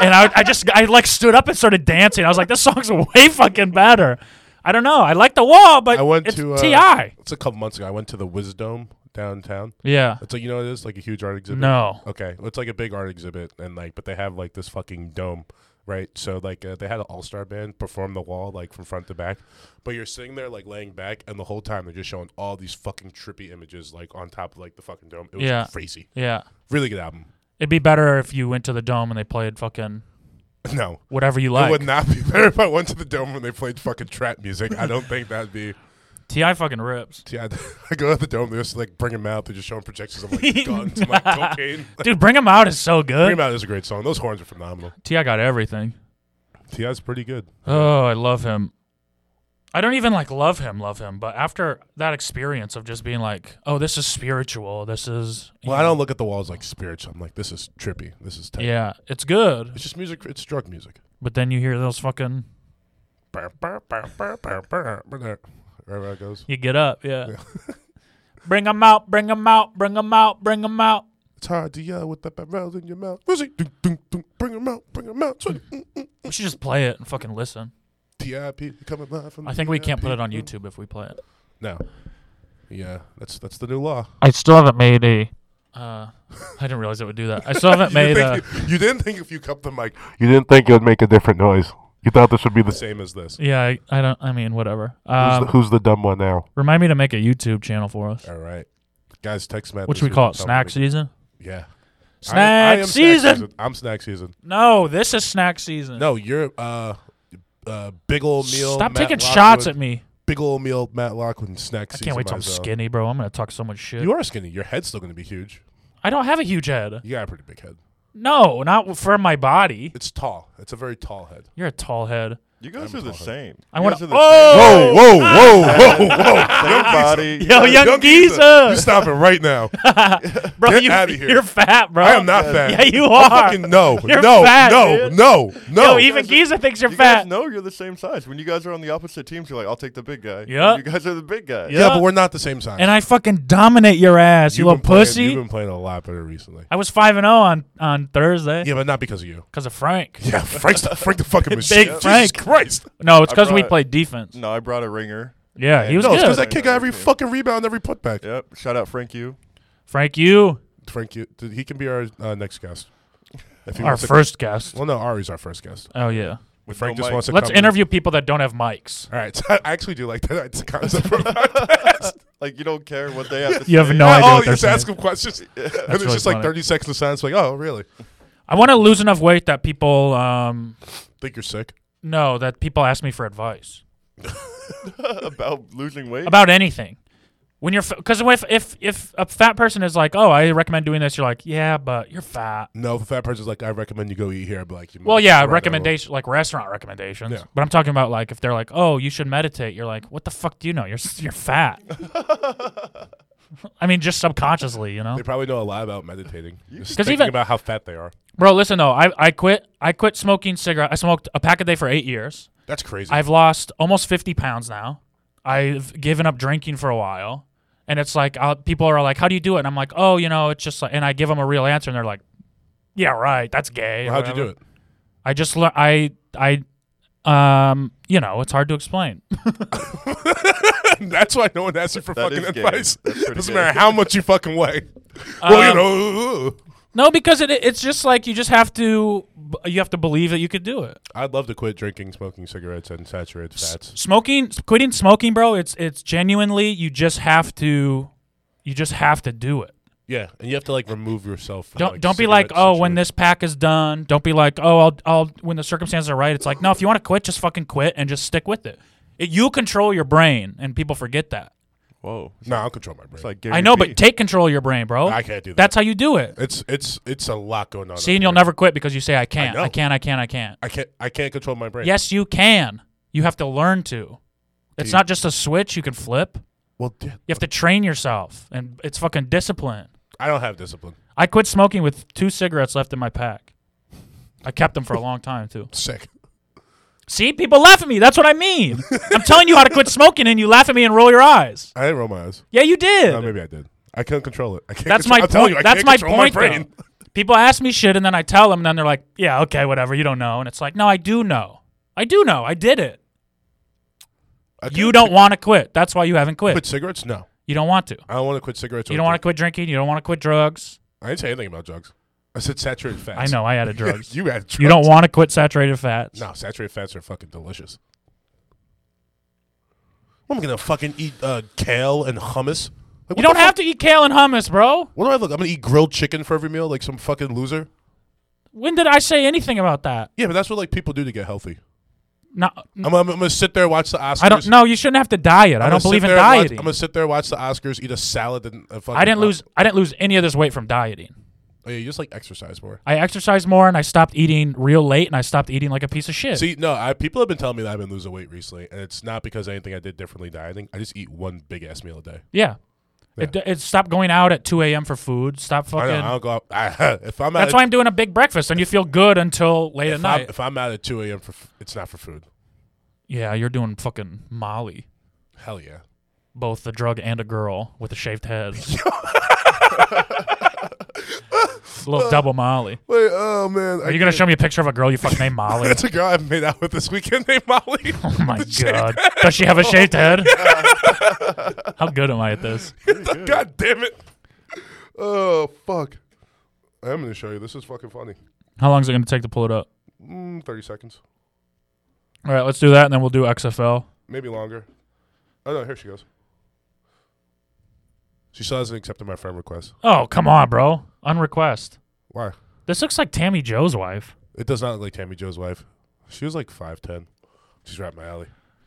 A: and I, I just I like stood up and started dancing. I was like, this song's *laughs* way fucking better. I don't know. I like the wall, but
B: I went
A: it's
B: to, uh,
A: Ti.
B: It's a couple months ago. I went to the Wisdom downtown.
A: Yeah.
B: It's like you know what it is like a huge art exhibit.
A: No.
B: Okay, it's like a big art exhibit, and like, but they have like this fucking dome, right? So like, uh, they had an all star band perform the wall like from front to back, but you're sitting there like laying back, and the whole time they're just showing all these fucking trippy images like on top of like the fucking dome. It was
A: Yeah.
B: crazy.
A: Yeah.
B: Really good album. *laughs*
A: It'd be better if you went to the dome and they played fucking
B: No,
A: whatever you
B: it
A: like.
B: would not be better if I went to the dome when they played fucking trap music. I don't think that'd be.
A: Ti fucking rips,
B: Yeah, I *laughs* go to the dome. They're just like bring him out. They're just showing projections of like guns,
A: *laughs*
B: and, like cocaine.
A: dude. Bring him out is so
B: Bring
A: good.
B: him out is a great song. Those horns are phenomenal.
A: Ti got everything.
B: Ti's pretty good.
A: Oh, I love him. I don't even like love him, love him. But after that experience of just being like, oh, this is spiritual. This is
B: Well, I don't look at the walls like spiritual. I'm like, this is trippy. This is tight.
A: Yeah, it's good.
B: It's just music. It's drug music.
A: But then you hear those fucking.
B: Burr, burr, burr, burr, burr, burr, burr. Remember how it goes?
A: You get up, yeah. *laughs* bring 'em out, bring 'em out, bring 'em out, bring 'em out.
B: It's hard to yell with that barrel in your mouth. Music, dun, dun, dun. bring him out, bring him out.
A: We should just play it and fucking listen.
B: T.I.P. coming live from.
A: I think we can't put it on
B: TIP.
A: YouTube if we play it.
B: No. Yeah, that's that's the new law.
A: I still haven't made a. Uh, I didn't realize it would do that. I still haven't
B: *laughs* you,
A: made uh, a.
B: think, you, you didn't think if you cupped the mic, you didn't think it would make a different noise. You thought this would be the same as this.
A: Yeah, I, I don't. I mean, whatever. Um,
B: who's the dumb one now?
A: remind me to make a YouTube channel for us.
B: All right, guys, text Matt.
A: What
B: this
A: should we
B: week
A: call
B: and
A: it?
B: tell him
A: Snack
B: to-
A: season?
B: Yeah,
A: Snack
B: I, I am
A: season.
B: Snack season. I'm snack season.
A: No, this is snack season.
B: No, you're uh, uh, big old meal.
A: Stop
B: Matt
A: taking
B: Lockwood.
A: shots at me.
B: big old meal Matlock and snacks.
A: I can't wait till I'm skinny, bro. I'm gonna talk so much shit.
B: You are skinny. Your head's still going to be huge.
A: I don't have a huge head.
B: You got a pretty big head.
A: No, not for my body.
B: It's tall. It's a very tall head.
A: You're a tall head.
C: You guys are the same.
A: I
C: You
A: wanna-
C: guys are
A: Oh!
B: Whoa, whoa, whoa, *laughs* whoa, whoa!
A: *laughs*
C: same, same body.
A: Yo, young, geezer,
B: You stop it
A: *laughs*
B: right now.
A: bro,
B: get
A: you,
B: outta here.
A: are fat, bro.
B: I am not fat.
A: Yeah, you
B: I
A: are.
B: fucking no,
A: *laughs* You're
B: no,
A: fat,
B: no,
A: dude.
B: no, no.
A: Yo, even Giza thinks you're
C: You guys
A: fat.
C: know you're the same size. When you guys are on the opposite teams, you're like, I'll take the big guy.
A: Yeah.
C: You guys are the big guy.
A: Yeah.
B: yeah, but we're not the same size.
A: And I fucking dominate your ass, you
B: You've
A: little
B: been playing-
A: pussy.
B: You've been playing a lot better recently.
A: I was five and zero on on Thursday
B: Yeah, but not because of you.
A: because of Frank.
B: Yeah, Frank's the, Frank the fucking machine.
A: *laughs* Big Frank.
B: Jesus Christ.
A: No, it's
C: I
A: because we
C: brought-
A: played defense.
C: No, I brought a ringer.
A: Yeah, he was
B: No, Oh, it's because
A: good.
B: that kid got every fucking rebound, every putback.
C: Yep. Shout out Frank You.
A: Frank, you
B: Frank, you, dude, he can be our uh, next guest. If he
A: our
B: wants to-
A: first guest.
B: well, no, Ari's our first guest.
A: Oh yeah.
C: With
B: Frank
C: no
B: just
C: mic.
B: wants to
A: Let's
B: come in.
A: interview people that don't have mics.
B: All right, so *laughs* I actually do like that *laughs* It's a concept. for-
C: Like you don't care what they have to
A: *laughs*
C: say.
A: You have no idea
B: oh,
A: what
B: you
A: they're
B: just
A: saying.
B: ask
A: *laughs*
B: him questions, and it's
A: really
B: just
A: funny.
B: like thirty seconds of silence. Like, oh, really?
A: I want to lose enough weight that people um
B: Think you're sick?
A: no that people ask me for advice
C: *laughs* about losing weight.
A: about anything. When you're because if if if a fat person is like, oh, I recommend doing this, you're like, yeah, but you're fat.
B: No, if a fat person's like, I recommend you go eat here, I'd be like, you
A: Well,
B: might
A: yeah,
B: run out of-
A: recommendation like restaurant recommendations.
B: Yeah.
A: But I'm talking about like if they're like, "Oh, you should meditate." You're like, "What the fuck do you know? You're s- you're fat." I mean, just subconsciously, you know.
B: They probably know a lot about meditating. Just
A: 'Cause
B: thinking
A: even-
B: about how fat they are.
A: Bro, listen though, I I quit I quit smoking cigarette. I smoked a pack a day for 8 years.
B: That's crazy.
A: I've lost almost 50 pounds now. I've given up drinking for a while. And it's like i people are like, "How do you do it?" And I'm like, "Oh, you know, it's just like," and I give them a real answer and they're like, "Yeah, right. That's gay." or
B: How'd you
A: whatever.
B: do it?
A: I just learned. I I um you know it's hard to explain.
B: *laughs*
A: *laughs*
B: That's why no one asks you for
C: That
B: fucking
C: is gay.
B: advice.
C: That's pretty
B: Doesn't
C: gay.
B: matter how much you
A: *laughs*
B: fucking weigh. well,
A: Um,
B: you know, ooh.
A: No, because it it's just like you just have to you have to believe that you could do it.
B: I'd love to quit drinking, smoking cigarettes, and saturated fats.
A: Smoking, quitting smoking, bro. It's it's genuinely you just have to you just have to do it.
B: Yeah, and you have to like remove yourself. From,
A: Don't don't be like,
B: cigarette
A: "Oh, when this pack is done." Don't be like, "Oh, I'll I'll when the circumstances are right." It's like, "No, if you want to quit, just fucking quit and just stick with it." it you control your brain and people forget that.
C: Whoa.
B: situation. No, I'll control my brain.
C: It's like Gary
A: I know,
C: Vee.
A: but take control of your brain, bro.
B: I can't do that.
A: That's how you do it.
B: it's it's it's a lot going on.
A: See,
B: up
A: and you'll
B: here.
A: never quit because you say, I can't, I,
B: know.
A: can't, I can't, I can't.
B: I can't. I can't control my brain.
A: Yes, you can. You have to learn to. It's
B: Dude.
A: not just a switch you can flip.
B: Well, yeah,
A: You have to train yourself, and it's fucking discipline.
B: I don't have discipline.
A: I quit smoking with two cigarettes left in my pack. I kept them for a long time, too.
B: Sick.
A: See, people laugh at me. That's what I mean. I'm telling you how to quit smoking, and you laugh at me and roll your eyes.
B: I didn't roll my eyes.
A: Yeah, you did.
B: No, maybe I did. I couldn't control it. I can't.
A: That's
B: contro-
A: my
B: I'm telling
A: point.
B: you, I
A: That's
B: can't
A: my
B: control
A: point.
B: My brain.
A: though. People ask me shit, and then I tell them, and then they're like, "Yeah, okay, whatever. You don't know." And it's like, "No, I do know. I do know. I did it.
B: I couldn't
A: You don't want to quit. That's why you haven't quit.
B: quit cigarettes. No,
A: You don't want to.
B: I don't want to quit cigarettes.
A: You don't want to quit drinking. You don't want to quit drugs.
B: I didn't say anything about drugs. I said saturated
A: I
B: fats.
A: know.
B: *laughs*
A: I added drugs.
B: you had. Drugs.
A: You don't want to quit saturated fats.
B: No, saturated fats are fucking delicious. What am I gonna fucking eat? Uh, kale and hummus. Like,
A: You don't have to eat kale and hummus, bro.
B: What do I look? I'm gonna eat grilled chicken for every meal, like some fucking loser.
A: When did I say anything about that?
B: Yeah, but that's what like people do to get healthy.
A: No,
B: I'm, I'm, I'm gonna sit there and watch the Oscars.
A: I don't. No, you shouldn't have to diet. I don't
B: I'm gonna sit
A: believe in
B: there and watch-
A: dieting.
B: I'm gonna sit there and watch the Oscars, eat a salad, and a fucking.
A: I didn't lose. I didn't lose any of this weight from dieting.
B: Oh, yeah, you just like exercise more.
A: I exercised more and I stopped eating real late and I stopped eating like a piece of shit.
B: See, no, I, people have been telling me that I've been losing weight recently, and it's not because of anything I did differently dieting. I just eat one big ass meal a day.
A: yeah. It, it stopped going out at 2 a.m. for food. Stop
B: I,
A: fucking.
B: don't, I don't go out. *laughs* I, if I'm out,
A: That's
B: at,
A: why I'm doing a big breakfast and you feel good until late at
B: if, I'm,
A: night.
B: if I'm out at 2 a.m. for f- it's not for food.
A: yeah, you're doing fucking Molly,
B: Hell yeah.
A: both the drug and a girl with a shaved
B: *laughs*
A: head. little double Molly.
B: Wait, oh man,
A: Are you gonna show me a picture of a girl you fuck named Molly?
B: *laughs* That's a girl I've made out with this weekend *laughs* named Molly.
A: Oh my god! Does she have a shaved
B: *laughs*
A: head? How good am I at this?
B: God damn it. Oh fuck. I'm gonna show you. This is fucking funny.
A: How long is it gonna take to pull it up?
B: Mm, Thirty seconds,
A: All right, let's do that, and then we'll do XFL.
B: maybe longer. Oh no, here she goes. She still hasn't accepted my friend request.
A: Oh come on, bro! Unrequest.
B: Why?
A: This looks like Tammy Joe's wife.
B: It does not look like Tammy Joe's wife. She was like five ten. She's right up my alley.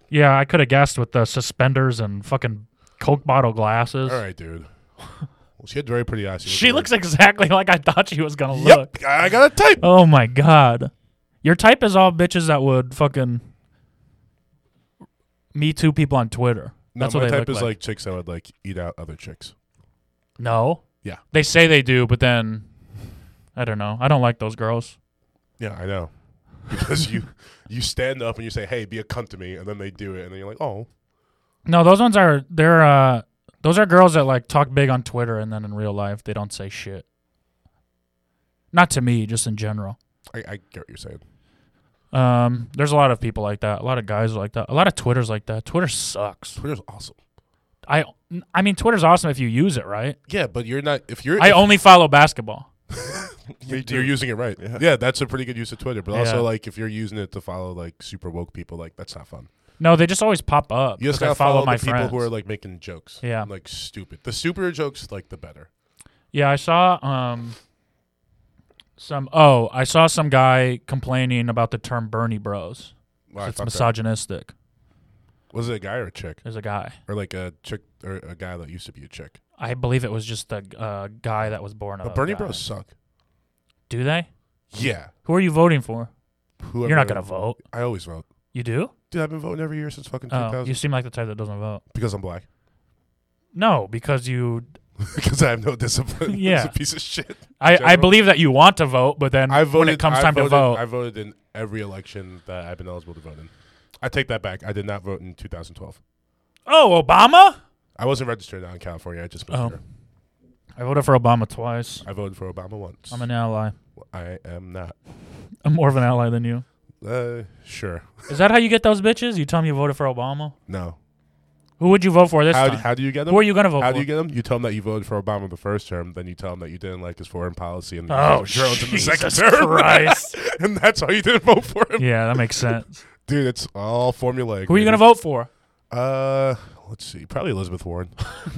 A: Yeah, I could have guessed with the suspenders and fucking Coke bottle glasses.
B: All right, dude. Well, she had very pretty eyes.
A: She looks exactly like I thought she was gonna
B: Yep,
A: look.
B: I got a type.
A: Oh my god. Your type is all bitches that would fucking Me Too people on Twitter.
B: No,
A: That's
B: my
A: what they
B: type
A: look
B: is
A: like.
B: like chicks that would like eat out other chicks.
A: No.
B: Yeah.
A: They say they do, but then I don't know. I don't like those girls.
B: Yeah, I know. Because you you stand up and you say, "Hey, be a cunt to me," and then they do it, and then you're like, "Oh,
A: No, those ones are they're uh those are girls that like talk big on Twitter and then in real life they don't say shit. Not to me, just in general.
B: I, I get what you're saying."
A: Um, there's a lot of people like that. A lot of guys like that. A lot of Twitter's like that. Twitter sucks.
B: Twitter's awesome.
A: I I mean Twitter's awesome if you use it right.
B: Yeah, but you're not. If you're,
A: I
B: if
A: only follow basketball. *laughs*
C: Me
B: you're using it right. Yeah.
C: Yeah.
B: that's a pretty good use of Twitter. But
A: Yeah.
B: also, like, if you're using it to follow like super woke people, like that's not fun.
A: No, they just always pop up.
B: You just
A: 'cause I
B: gotta follow,
A: my
B: the people
A: friends.
B: who are like making jokes.
A: Yeah.
B: and, like stupid. The stupider jokes, like the better.
A: Yeah, I saw um some oh, I saw some guy complaining about the term Bernie Bros.
B: Wow, I
A: it's
B: thought that-
A: misogynistic.
B: Was it a guy or a chick,
A: There's a guy.
B: or like a chick or a guy that used to be a chick?
A: I believe it was just the uh, guy that was born of
B: But
A: a
B: Bernie
A: guy.
B: Bros suck.
A: Do they?
B: Yeah,
A: Who are you voting for?
B: whoever.
A: You're not gonna vote.
B: I always vote.
A: You do?
B: Dude, I've been voting every year since fucking
A: Oh,
B: 2000
A: you seem like the type that doesn't vote.
B: because I'm black. *laughs*
A: No, because you.
B: because I have no discipline. *laughs*
A: Yeah.
B: it's a piece of shit.
A: I, I
B: General-
A: believe that you want to vote, but then
B: I voted.
A: when it comes
B: I
A: time
B: voted,
A: to vote,
B: I voted in every election that I've been eligible to vote in. I take that back. I did not vote in 2012.
A: oh Obama!
B: I wasn't registered out in California. I just moved
A: Oh.
B: here.
A: I voted for Obama twice.
B: I voted for Obama once.
A: I'm an ally.
B: I am not.
A: I'm more of an ally than you.
B: Uh, sure.
A: Is that how you get those bitches? You tell them you voted for Obama.
B: No.
A: Who would you vote for this
B: How,
A: time?
B: how do you get them?
A: Who are you gonna vote
B: how
A: for?
B: do you get them? You tell them that you voted for Obama the first term, then you tell them that you didn't like his foreign policy and *laughs*
A: oh,
B: the drones in the second
A: *laughs* Jesus
B: term, *laughs*
A: Christ!
B: and that's how you didn't vote for him.
A: yeah, that makes
B: *laughs*
A: sense.
B: Dude, it's all formulaic.
A: Who are you gonna
B: baby.
A: vote for? *laughs*
B: Uh, let's see. Probably Elizabeth Warren.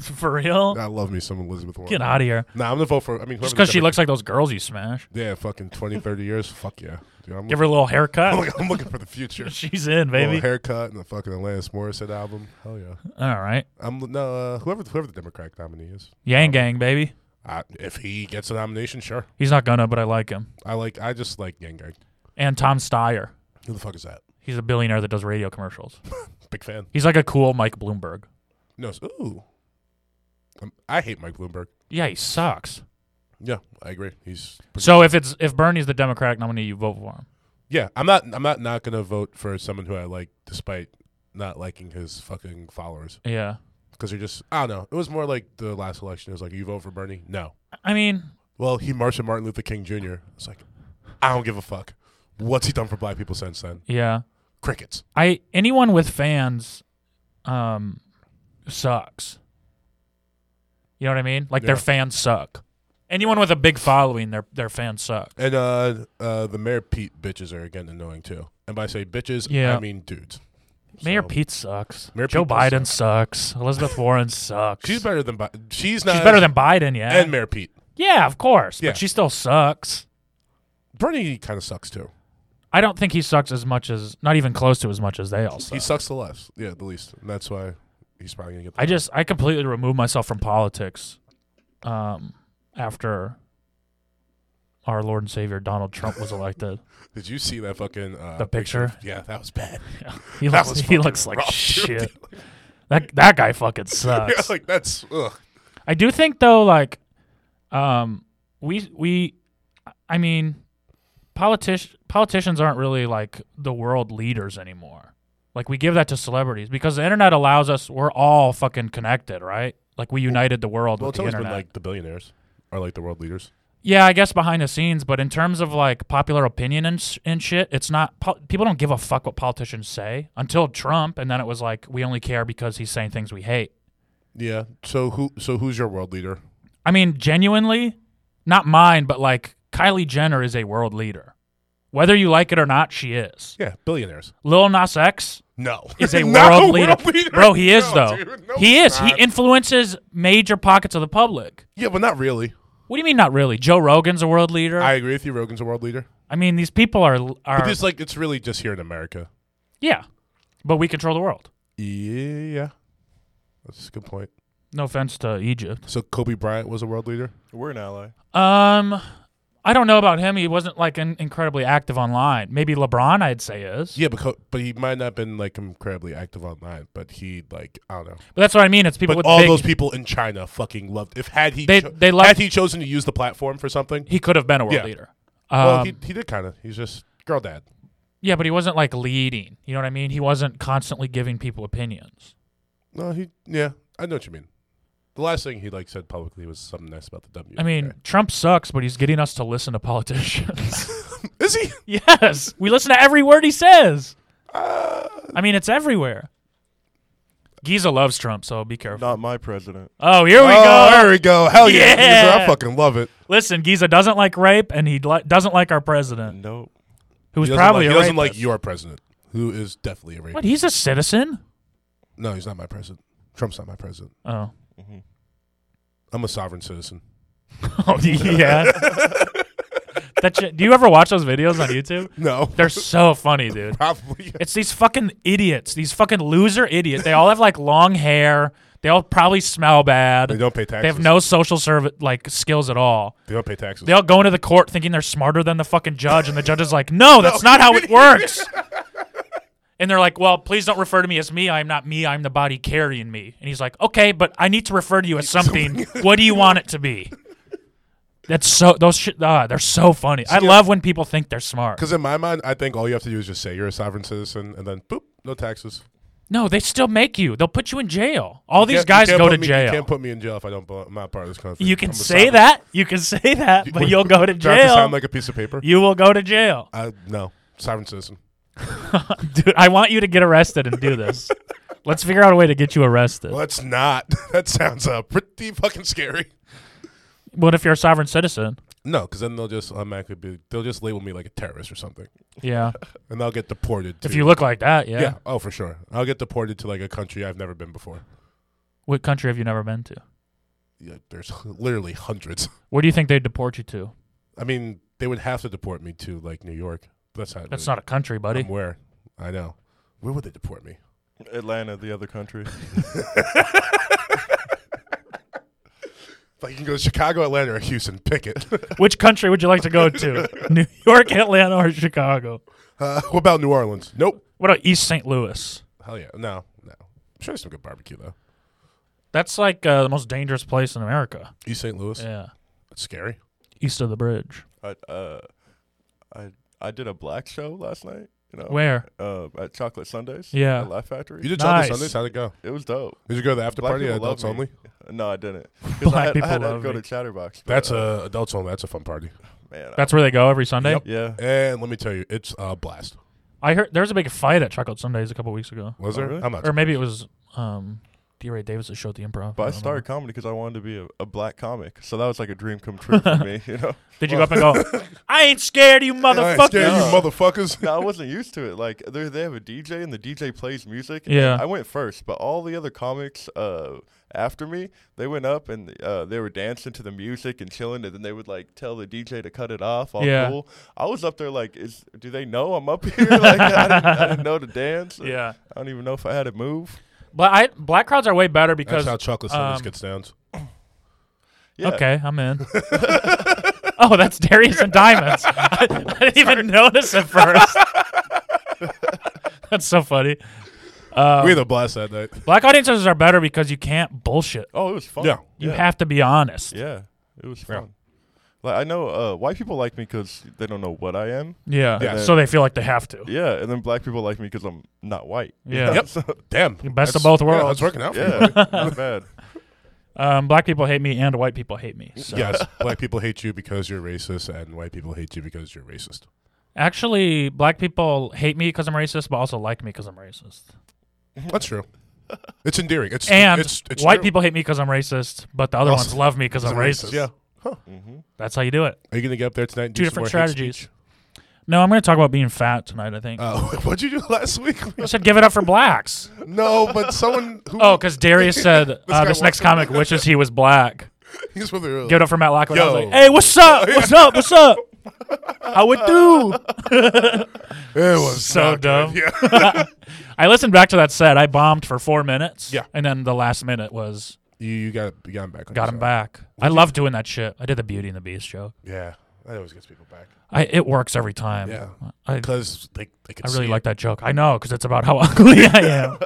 A: For real?
B: I love me some Elizabeth Warren.
A: Oh. Get out of here!
B: Nah, I'm gonna vote for. I mean, whoever
A: Just
B: the
A: because she
B: Democrat-
A: looks like those girls you smash.
B: Yeah, fucking 20, 30 years. Fuck yeah, dude. I'm,
A: Give her a little
B: *laughs* I'm,
A: haircut. *laughs*
B: looking, I'm looking for the future.
A: She's in,
B: Little
A: baby.
B: haircut and the fucking Alanis Morissette album. Hell yeah.
A: All right,
B: I'm no uh, whoever whoever the Democratic nominee is.
A: Yang Gang, baby.
B: I, if he gets a nomination, sure.
A: He's not gonna, but I like him.
B: I like. I just like Yang Gang.
A: And Tom Steyer.
B: Who the fuck is that? *laughs*
A: He's a billionaire that does radio commercials.
B: Big fan.
A: He's like a cool Mike Bloomberg.
B: No. it's- Ooh. Um, I hate Mike Bloomberg.
A: Yeah, he sucks.
B: Yeah, I agree. He's pretty-
A: So if it's if Bernie's the Democratic nominee, you vote for him.
B: yeah. I'm not. I'm not not gonna vote for someone who I like, despite not liking his fucking followers.
A: Yeah.
B: because you're just I don't know. It was more like the last election. It was like you vote for Bernie. No.
A: I mean,
B: Well, he marched with Martin Luther King Jr. It's like I don't give a fuck. What's he done for black people since then?
A: yeah.
B: Crickets.
A: I anyone with fans um sucks. You know what I mean? Like their
B: Yeah.
A: fans suck. Anyone with a big following, their their fans suck.
B: And uh, uh, the mayor Pete bitches are getting annoying too. And by say bitches,
A: Yeah.
B: I mean dudes.
A: Mayor
B: So-
A: Pete sucks.
B: Mayor
A: Joe
B: Pete does
A: Biden sucks. Elizabeth
B: *laughs*
A: Warren sucks.
B: She's better than Bi- she's not.
A: She's better than Biden, yeah.
B: and Mayor Pete.
A: yeah, of course.
B: Yeah.
A: But she still sucks.
B: Bernie kind of sucks too.
A: I don't think he sucks as much as not even close to as much as they all suck.
B: He sucks the less. Yeah, the least. And that's why he's probably gonna get. The
A: I just I completely removed myself from politics um after our Lord and Savior Donald Trump was elected.
B: Did you see *laughs* that fucking uh,
A: The picture?
B: Yeah, that was bad. *laughs*
A: He
B: That
A: looks
B: was
A: he
B: fucking
A: looks like
B: rough, dude.
A: shit.
B: *laughs*
A: that that guy fucking sucks.
B: yeah, like that's ugh.
A: I do think though, like, um, we we, I mean, politici- politicians aren't really like the world leaders anymore. Like we give that to celebrities because the internet allows us. We're all fucking connected, right? Like we united the world
B: Well,
A: with
B: it's
A: the
B: always
A: internet.
B: been like the billionaires are like the world leaders.
A: yeah, I guess behind the scenes, but in terms of like popular opinion and s- and shit, it's not pol- people don't give a fuck what politicians say until Trump, and then it was like we only care because he's saying things we hate.
B: Yeah. So who? So who's your world leader?
A: I mean, genuinely, not mine, but like Kylie Jenner is a world leader. Whether you like it or not, she is.
B: Yeah, billionaires.
A: Lil Nas X
B: No, *laughs*
A: is a,
B: Not
A: world, leader. Bro, he is,
B: No,
A: though.
B: dude. No,
A: he
B: he's
A: is. He
B: not.
A: influences major pockets of the public.
B: yeah, but not really.
A: What do you mean, not really? Joe Rogan's a world leader.
B: I
A: I,
B: agree with you. Rogan's a world leader,
A: mean, these people are.
B: but
A: are
B: it's like it's really just here in America.
A: yeah. But we control the world.
B: Yeah, that's a good point.
A: No offense to Egypt.
B: So Kobe Bryant was a world leader.
C: We're
A: *laughs*
C: an ally.
A: Um, I don't know about him. He wasn't like in- incredibly active online. Maybe LeBron, I'd say, is.
B: Yeah, but Co- but he might not have been like incredibly active online, but he like I don't know.
A: But that's what I mean. It's people
B: But
A: with
B: all
A: big,
B: those people in China fucking loved. If had he
A: They-
B: cho-
A: they loved-
B: had he chosen to use the platform for something,
A: He could have been a world
B: Yeah.
A: leader.
B: well,
A: Um,
B: he, he did kind of. He's just girl dad.
A: yeah, but he wasn't like leading. You know what I mean? He wasn't constantly giving people opinions.
B: No, he yeah, I know what you mean. The last thing he like said publicly was something nice about the W.
A: I mean, Trump sucks, but he's getting us to listen to politicians.
B: *laughs* *laughs*
A: *laughs*
B: is he?
A: yes, we listen to every word he says.
B: Uh,
A: I mean, it's everywhere. Giza loves Trump, so be careful.
C: Not my president.
A: Oh, here we
B: oh,
A: go.
B: There we go. Hell yeah.
A: Yeah.
B: I fucking love it.
A: Listen, Giza doesn't like rape, and he li- doesn't like our president,
C: Nope.
A: who's
B: he doesn't
A: probably a
B: like, he doesn't
A: rapist.
B: like your president, who is definitely a rapist.
A: What? He's a citizen.
B: No, he's not my president. Trump's not my president. *laughs*
A: Oh, *laughs*
C: Mhm.
B: I'm a sovereign citizen.
A: oh
B: *laughs*
A: yeah. that shit- do you ever watch those videos on YouTube?
B: No, *laughs*
A: They're so funny, dude.
B: probably.
A: It's these fucking idiots, these fucking loser idiots. They all have like long hair. They all probably smell
B: They
A: bad.
B: don't pay taxes.
A: They have no social service like skills at all.
B: They don't pay taxes.
A: They all go into the court thinking they're smarter than the fucking judge, and the judge is like, *laughs* "No, that's not how it works." And they're like, "Well, please don't refer to me as me. I'm not me. I'm the body carrying me." And he's like, "Okay, but I need to refer to you as *laughs* something. what do you want it to be?" That's so those shit. Ah, they're so funny. I love when people think they're smart.
B: Because in my mind, I think all you have to do is just say you're a sovereign citizen, and then boop, no taxes.
A: No, they still make you. They'll put you in jail. All these
B: Can't- you
A: guys
B: can't
A: go
B: put
A: to
B: me- You
A: jail. You,
B: can't put me in jail if I don't. belo- I'm not part of this country.
A: can
B: I'm a
A: say
B: sovereign-
A: that. You can say that, but you'll
B: *laughs*
A: go to
B: Do I have to
A: jail.
B: sound like a piece of paper?
A: you will go to jail.
B: *laughs* I, no, sovereign citizen.
A: Dude, I want you to get arrested and do
B: *laughs*
A: this. Let's figure out a way to get you arrested. What,
B: Let's not. *laughs* that sounds uh, pretty fucking scary.
A: if you're a sovereign citizen?
B: No, because then they'll just automatically be. They'll just label me like a terrorist or something,
A: Yeah.
B: and I'll get deported. To,
A: if you look like that, yeah.
B: yeah. oh for sure, I'll get deported to like a country I've never been before.
A: What country have you never been to?
B: Yeah, there's literally hundreds. *laughs*
A: Where do you think they'd deport you to?
B: I mean, they would have to deport me to like New York. That's not.
A: That's not a country, buddy.
B: I'm where? I know. Where would they deport me?
C: Atlanta, the
A: *laughs*
C: other country.
B: Like you can go to Chicago, Atlanta, or Houston. Pick it. *laughs*
A: Which country would you like to go to? *laughs* New York, Atlanta, or Chicago?
B: Uh, what about New Orleans? Nope.
A: What about East St. Louis?
B: Hell yeah. No. No. I'm sure there's some good barbecue though.
A: That's like uh, the most dangerous place in America.
B: East St. Louis.
A: Yeah.
B: That's scary.
A: East of the bridge.
C: I, uh, I I did a black show last night. You know,
A: Where?
C: Uh, at Chocolate Sundays.
A: Yeah.
C: At Laugh Factory.
B: You did
A: Nice.
B: Chocolate Sundays. How'd it go?
C: it was dope.
B: Did you go to the after
C: Black
B: party? at
C: people love
B: Adults
C: me.
B: only.
C: No, I didn't. 'Cause
A: *laughs* Black
C: I had,
A: people
C: I had to
A: love
C: go
A: me.
C: to Chatterbox. but,
B: That's
C: uh,
B: a adults only. That's a fun party.
C: man. I-
A: That's where they go every Sunday.
B: Yep.
C: yeah.
B: And let me tell you, it's a blast.
A: I heard there was a big fight at Chocolate Sundays a couple weeks ago,
B: Was
C: Oh,
B: there?
C: really?
B: I'm not.
A: or maybe it was um, D. Ray Davis that showed the improv.
C: But I
A: don't know.
C: started comedy because I wanted to be a, a black comic, so that was like a dream come
A: *laughs*
C: true for me. You know,
A: Did you go up and go?
B: *laughs*
A: I ain't scared of you,
B: I ain't scared,
A: Er, motherfucker.
C: No.
B: you
C: *laughs*
B: motherfuckers.
C: no, I wasn't used to it. Like they they have a DJ and the DJ plays music. and
A: Yeah.
C: I went first, but all the other comics uh, after me, they went up and uh, they were dancing to the music and chilling, and then they would like tell the DJ to cut it off. All
A: Yeah.
C: cool. I was up there like, is do they know I'm up *laughs* here? like I didn't, I didn't know to dance.
A: *laughs* Yeah,
C: I don't even know if I had to move.
A: but I black crowds are way better
B: That's
A: because.
B: how Chocolate Sundays
A: um,
B: gets down.
C: Yeah.
A: Okay, I'm
B: *laughs*
A: in. oh, that's Darius and Diamonds. I, I didn't even notice at first. *laughs* that's so funny. Uh,
B: we had a blast that night.
A: black audiences are better because you can't bullshit.
C: Oh, it was fun.
B: Yeah.
A: You have to be honest.
C: Yeah, it was
B: Yeah.
C: fun. Like I know uh, white people like me because they don't know what I
A: *laughs*
C: am.
A: Yeah.
B: Yeah.
A: So they feel like they have to.
C: Yeah, and then black people like me because I'm not white.
A: Yeah.
C: *laughs*
B: Yep. Damn.
A: Best of
B: That's-
A: both
B: Yeah,
A: worlds.
B: that's working out for
A: *laughs*
B: you.
C: Yeah, not bad.
A: Um, black people hate me and white people hate me. *laughs* So.
B: Yes, black people hate you because you're racist, and white people hate you because you're racist.
A: Actually, black people hate me because I'm racist, but also like me because I'm racist.
B: That's true. It's endearing. It's
A: And
B: it's, it's
A: white
B: true.
A: people hate me because I'm racist, but the other
B: Also-
A: ones love me because I'm racist.
B: Yeah.
C: hmm
A: That's how you do it.
B: Are you gonna get up there tonight? And
A: Two
B: do some
A: different
B: more hate
A: strategies.
B: speech?
A: No, I'm going to talk about being fat tonight, I think.
B: Uh, *laughs* what'd you do last week? *laughs*
A: I said give it up for blacks.
B: no, but someone who
A: Oh, because Darius said this, uh,
B: guy
A: this next
B: walked in.
A: comic wishes he was black.
B: *laughs* he's with her.
A: Give it up for Matt Lachlan. I was
B: Yo.
A: like, hey, what's
B: *laughs*
A: up? What's up? What's up? How it do?
B: It was
A: so
B: not good.
A: dumb. *laughs*
B: Yeah.
A: I listened back to that set. I bombed for four minutes.
B: Yeah.
A: And then the last minute was
B: You you got you got him back. on
A: got
B: your
A: him
B: side.
A: back. I love doing that shit. I did the Beauty and the Beast show.
B: Yeah, that always gets people back.
A: I it works every time.
B: Yeah.
A: I
B: Because like I can
A: I
B: see
A: really
B: it.
A: like that joke. I know because it's about how *laughs* ugly I am.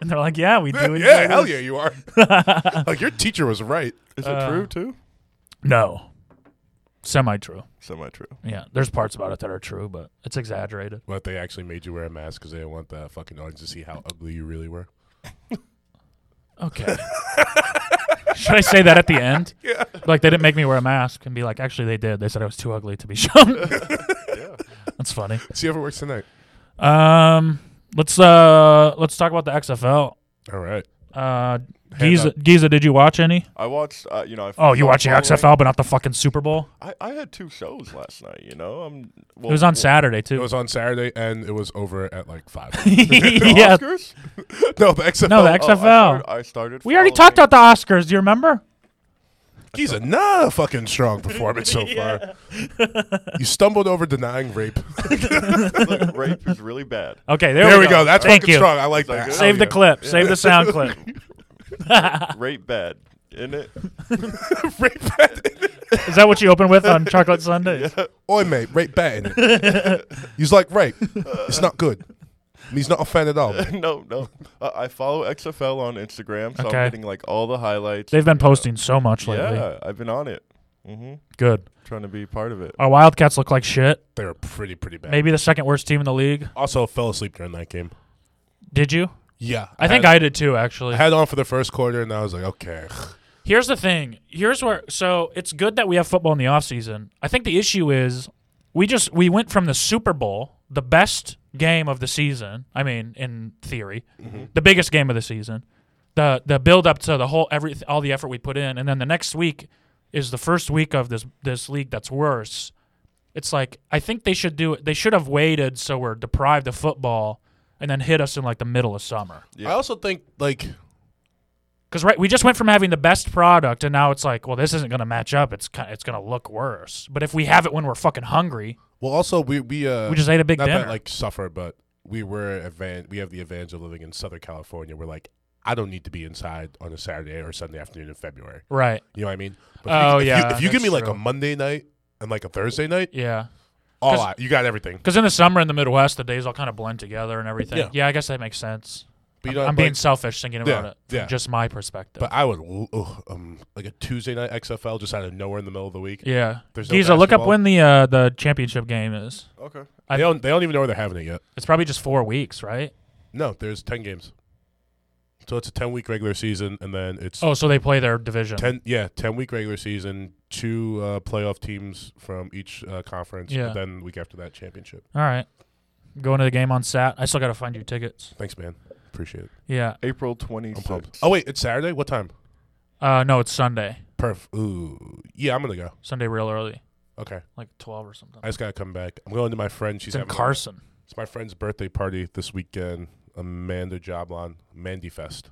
A: and they're like,
B: *laughs*
A: yeah, we do. enjoy
B: yeah, hell
A: this." *laughs*
B: yeah, you are. like your teacher was right.
C: Is
A: Uh,
C: it true too?
A: No. Semi true.
C: Semi true.
A: Yeah. There's parts about it that are true, but it's exaggerated.
B: But they actually made you wear a mask because they didn't want the fucking audience to see how ugly you really were. *laughs*
A: Okay. Should I say that at the end? Yeah. Like they didn't make me wear a mask and be like, actually they did. They said I was too ugly to be *laughs*
B: *laughs*
A: shown. That's funny.
B: See if it works tonight.
A: Um let's uh let's talk about the XFL.
B: All right.
A: Uh
B: Hand
A: Giza
B: up.
A: Giza, did you watch any?
C: I watched. Uh, you know. I
A: Oh, you
C: started
A: watching
C: following-
A: XFL but not the fucking Super Bowl?
C: I, I had two shows last night. You know. I'm.
A: It
C: Well,
A: was on
C: well,
A: Saturday
B: It
A: too.
B: was on Saturday and it was over at like
A: *laughs*
B: five.
C: the *laughs*
A: yeah. *laughs*
C: Oscars?
B: no, the XFL.
A: No, the
C: Oh, I
A: XFL.
C: started- I started.
A: We already
C: following-
A: talked about the Oscars. Do you remember?
B: He's a nah fucking strong performance
C: *laughs*
B: so far. you stumbled over denying rape.
C: Look, rape is
A: *laughs*
C: really bad.
A: Okay, there,
B: There, we go. That's
A: Thank
B: fucking
A: you.
B: strong. I like
C: Is that
B: that.
C: good?
B: Hell
A: Save the
B: yeah.
A: clip. Save the sound clip.
C: Rape bad. In
B: *laughs*
C: it. *laughs*
B: rape bat.
A: Is that what you open with on Chocolate Sundays?
B: Oi, mate, rape
A: *laughs*
B: bat in it. He's like rape. It's not good. He's not a fan at all. mate.
C: no, no. Uh, I follow XFL on Instagram, so
A: Okay.
C: I'm getting like all the highlights.
A: They've been posting so much lately.
C: yeah, I've been on it. hmm
A: Good.
C: Trying to be part of it.
A: Our Wildcats look like shit.
B: They were pretty, pretty bad.
A: Maybe the second worst team in the league.
B: Also, fell asleep during that game.
A: Did you?
B: Yeah,
A: I think
B: had,
A: I did too, actually.
B: I had on for the first quarter, and I was like, okay,
A: Here's the thing. Here's where so it's good that we have football in the offseason. I think the issue is we just we went from the Super Bowl, the best game of the season, I mean in theory, the biggest game of the season. The the build up to the whole every all the effort we put in and then the next week is the first week of this this league that's worse. It's like I think they should do they should have waited so we're deprived of football and then hit us in like the middle of summer.
C: Yeah.
B: I also think like
A: Because right, we just went from having the best product, and now it's like, well, this isn't going to match up. It's kind it's going to look worse. But if we have it when we're fucking hungry,
B: well, also we we uh,
A: we just ate a big
B: not
A: dinner.
B: that like suffer, but we were advan- we have the advantage of living in Southern California. We're like, I don't need to be inside on a Saturday or Sunday afternoon in February.
A: right?
B: You know what I mean?
A: Oh,
B: if you,
A: yeah,
B: if you give
A: that's
B: me like a
A: true.
B: Monday night and like a Thursday night,
A: Yeah.
B: all
A: 'Cause-
B: out. you got everything.
A: Because in the summer in the Midwest, the days all kind of blend together and everything.
B: Yeah.
A: Yeah, I guess that makes sense.
B: But you
A: I'm,
B: don't
A: I'm
B: have,
A: being
B: like-
A: selfish thinking about
B: Yeah,
A: it from
B: yeah.
A: just my perspective.
B: But I would l- ugh, um like a Tuesday night XFL just out of nowhere in the middle of the week.
A: yeah,
B: There's no
A: Giza, look up
B: basketball.
A: when the uh, the championship game is.
C: Okay.
A: I-
B: they don't they don't even know where they're having it yet.
A: It's probably just four weeks, right?
B: No, there's ten games. So it's a ten week regular season, and then it's
A: Oh, so they play their division.
B: ten yeah ten week regular season, two uh, playoff teams from each uh, conference,
A: Yeah.
B: and then week after that championship.
A: All right, going to the game on Sat. I still got to find you tickets.
B: Thanks, man. Appreciate it.
A: Yeah.
C: April
B: I'm pumped.
C: 26th.
B: Oh wait, it's Saturday. What time?
A: Uh, no, it's Sunday.
B: Perf. Ooh, yeah, I'm gonna go.
A: Sunday, real early,
B: Okay,
A: like twelve or something.
B: I just gotta come back. I'm going to my friend. She's
A: it's in
B: having a-
A: Carson.
B: It's my friend's birthday party this weekend. Amanda Joblon, Mandy Fest.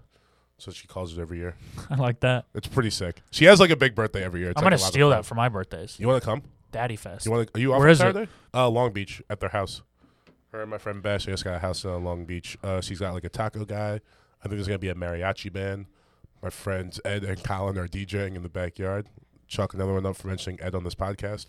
B: So she calls it every year.
A: *laughs* I like that.
B: It's pretty sick. She has like a big birthday every year. It's
A: I'm
B: like
A: gonna
B: a lot of
A: steal
B: fun.
A: that for my birthdays.
B: You want to come?
A: Daddy Fest.
B: You want? Are you off
A: Where
B: on
A: is it?
B: Saturday? Uh, Long Beach at their house. Her and my friend Bess. They just got a house in uh, Long Beach. Uh, she's got like a taco guy. I think there's gonna be a mariachi band. My friends Ed and Colin are DJing in the backyard. Chuck another one up for mentioning Ed on this podcast.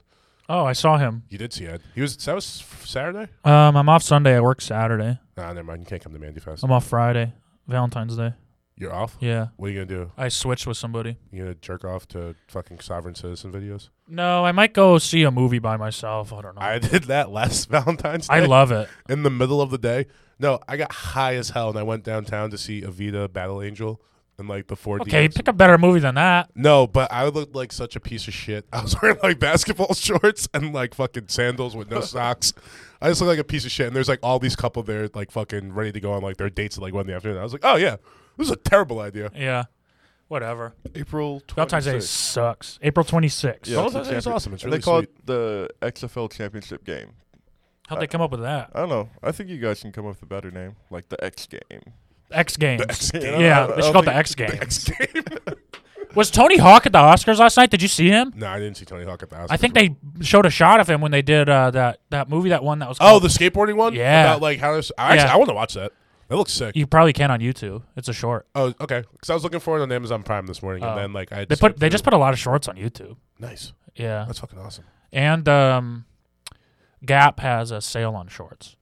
A: oh, I saw him.
B: You did see Ed. He was that was Saturday.
A: Um, I'm off Sunday. I work Saturday.
B: Nah, never mind. You can't come to Mandy Fest.
A: I'm off Friday. Valentine's Day.
B: You're off.
A: Um, Yeah.
B: What are you gonna do?
A: I switched with somebody.
B: You gonna jerk off to fucking Sovereign Citizen videos?
A: No, I might go see a movie by myself. I don't know.
B: I *laughs*
A: I,
B: did that last Valentine's Day.
A: love it.
B: in the middle of the day. No, I got high as hell and I went downtown to see Evita Battle Angel and like the 4D.
A: Okay, pick a better movie than that.
B: No, but I looked like such a piece of shit. *laughs* I was wearing like basketball *laughs* shorts and like fucking sandals with no socks. I just looked like a piece of shit. And there's like all these couple there like fucking ready to go on like their dates at like one in the afternoon. I was like, oh yeah, this is a terrible idea.
A: Yeah. Whatever.
C: April 26th.
A: Valentine's Day sucks. April 26th.
C: Yeah,
B: Valentine's Day is
C: champion-
B: awesome. It's
C: and
B: really
C: they call
B: sweet.
C: it the XFL championship game.
A: How'd they come up with that?
B: *laughs*
C: I don't know. I think you guys can come up with a better name, like the X game.
A: X Games.
B: X
C: You
B: game.
C: know,
A: yeah,
C: I- I
A: they should call
C: don't
A: it the
C: think-
B: *laughs*
A: X Games.
B: X game.
A: Was Tony Hawk at the Oscars last night? Did you see him?
B: no, I didn't see Tony Hawk at the house.
A: I think they showed a shot of him when they did uh, that that movie, that one that was.
B: Oh,
A: called-
B: the skateboarding one.
A: Yeah.
B: About like how. to s- I actually,
A: Yeah.
B: I want to watch that. That looks sick.
A: You probably can on YouTube. It's a short.
B: Oh, okay. Because I was looking for it on Amazon Prime this morning,
A: Oh.
B: and then like I
A: They put they just put a lot of shorts on YouTube.
B: nice.
A: Yeah,
B: That's fucking awesome. *laughs*
A: and um, Gap has a sale on shorts.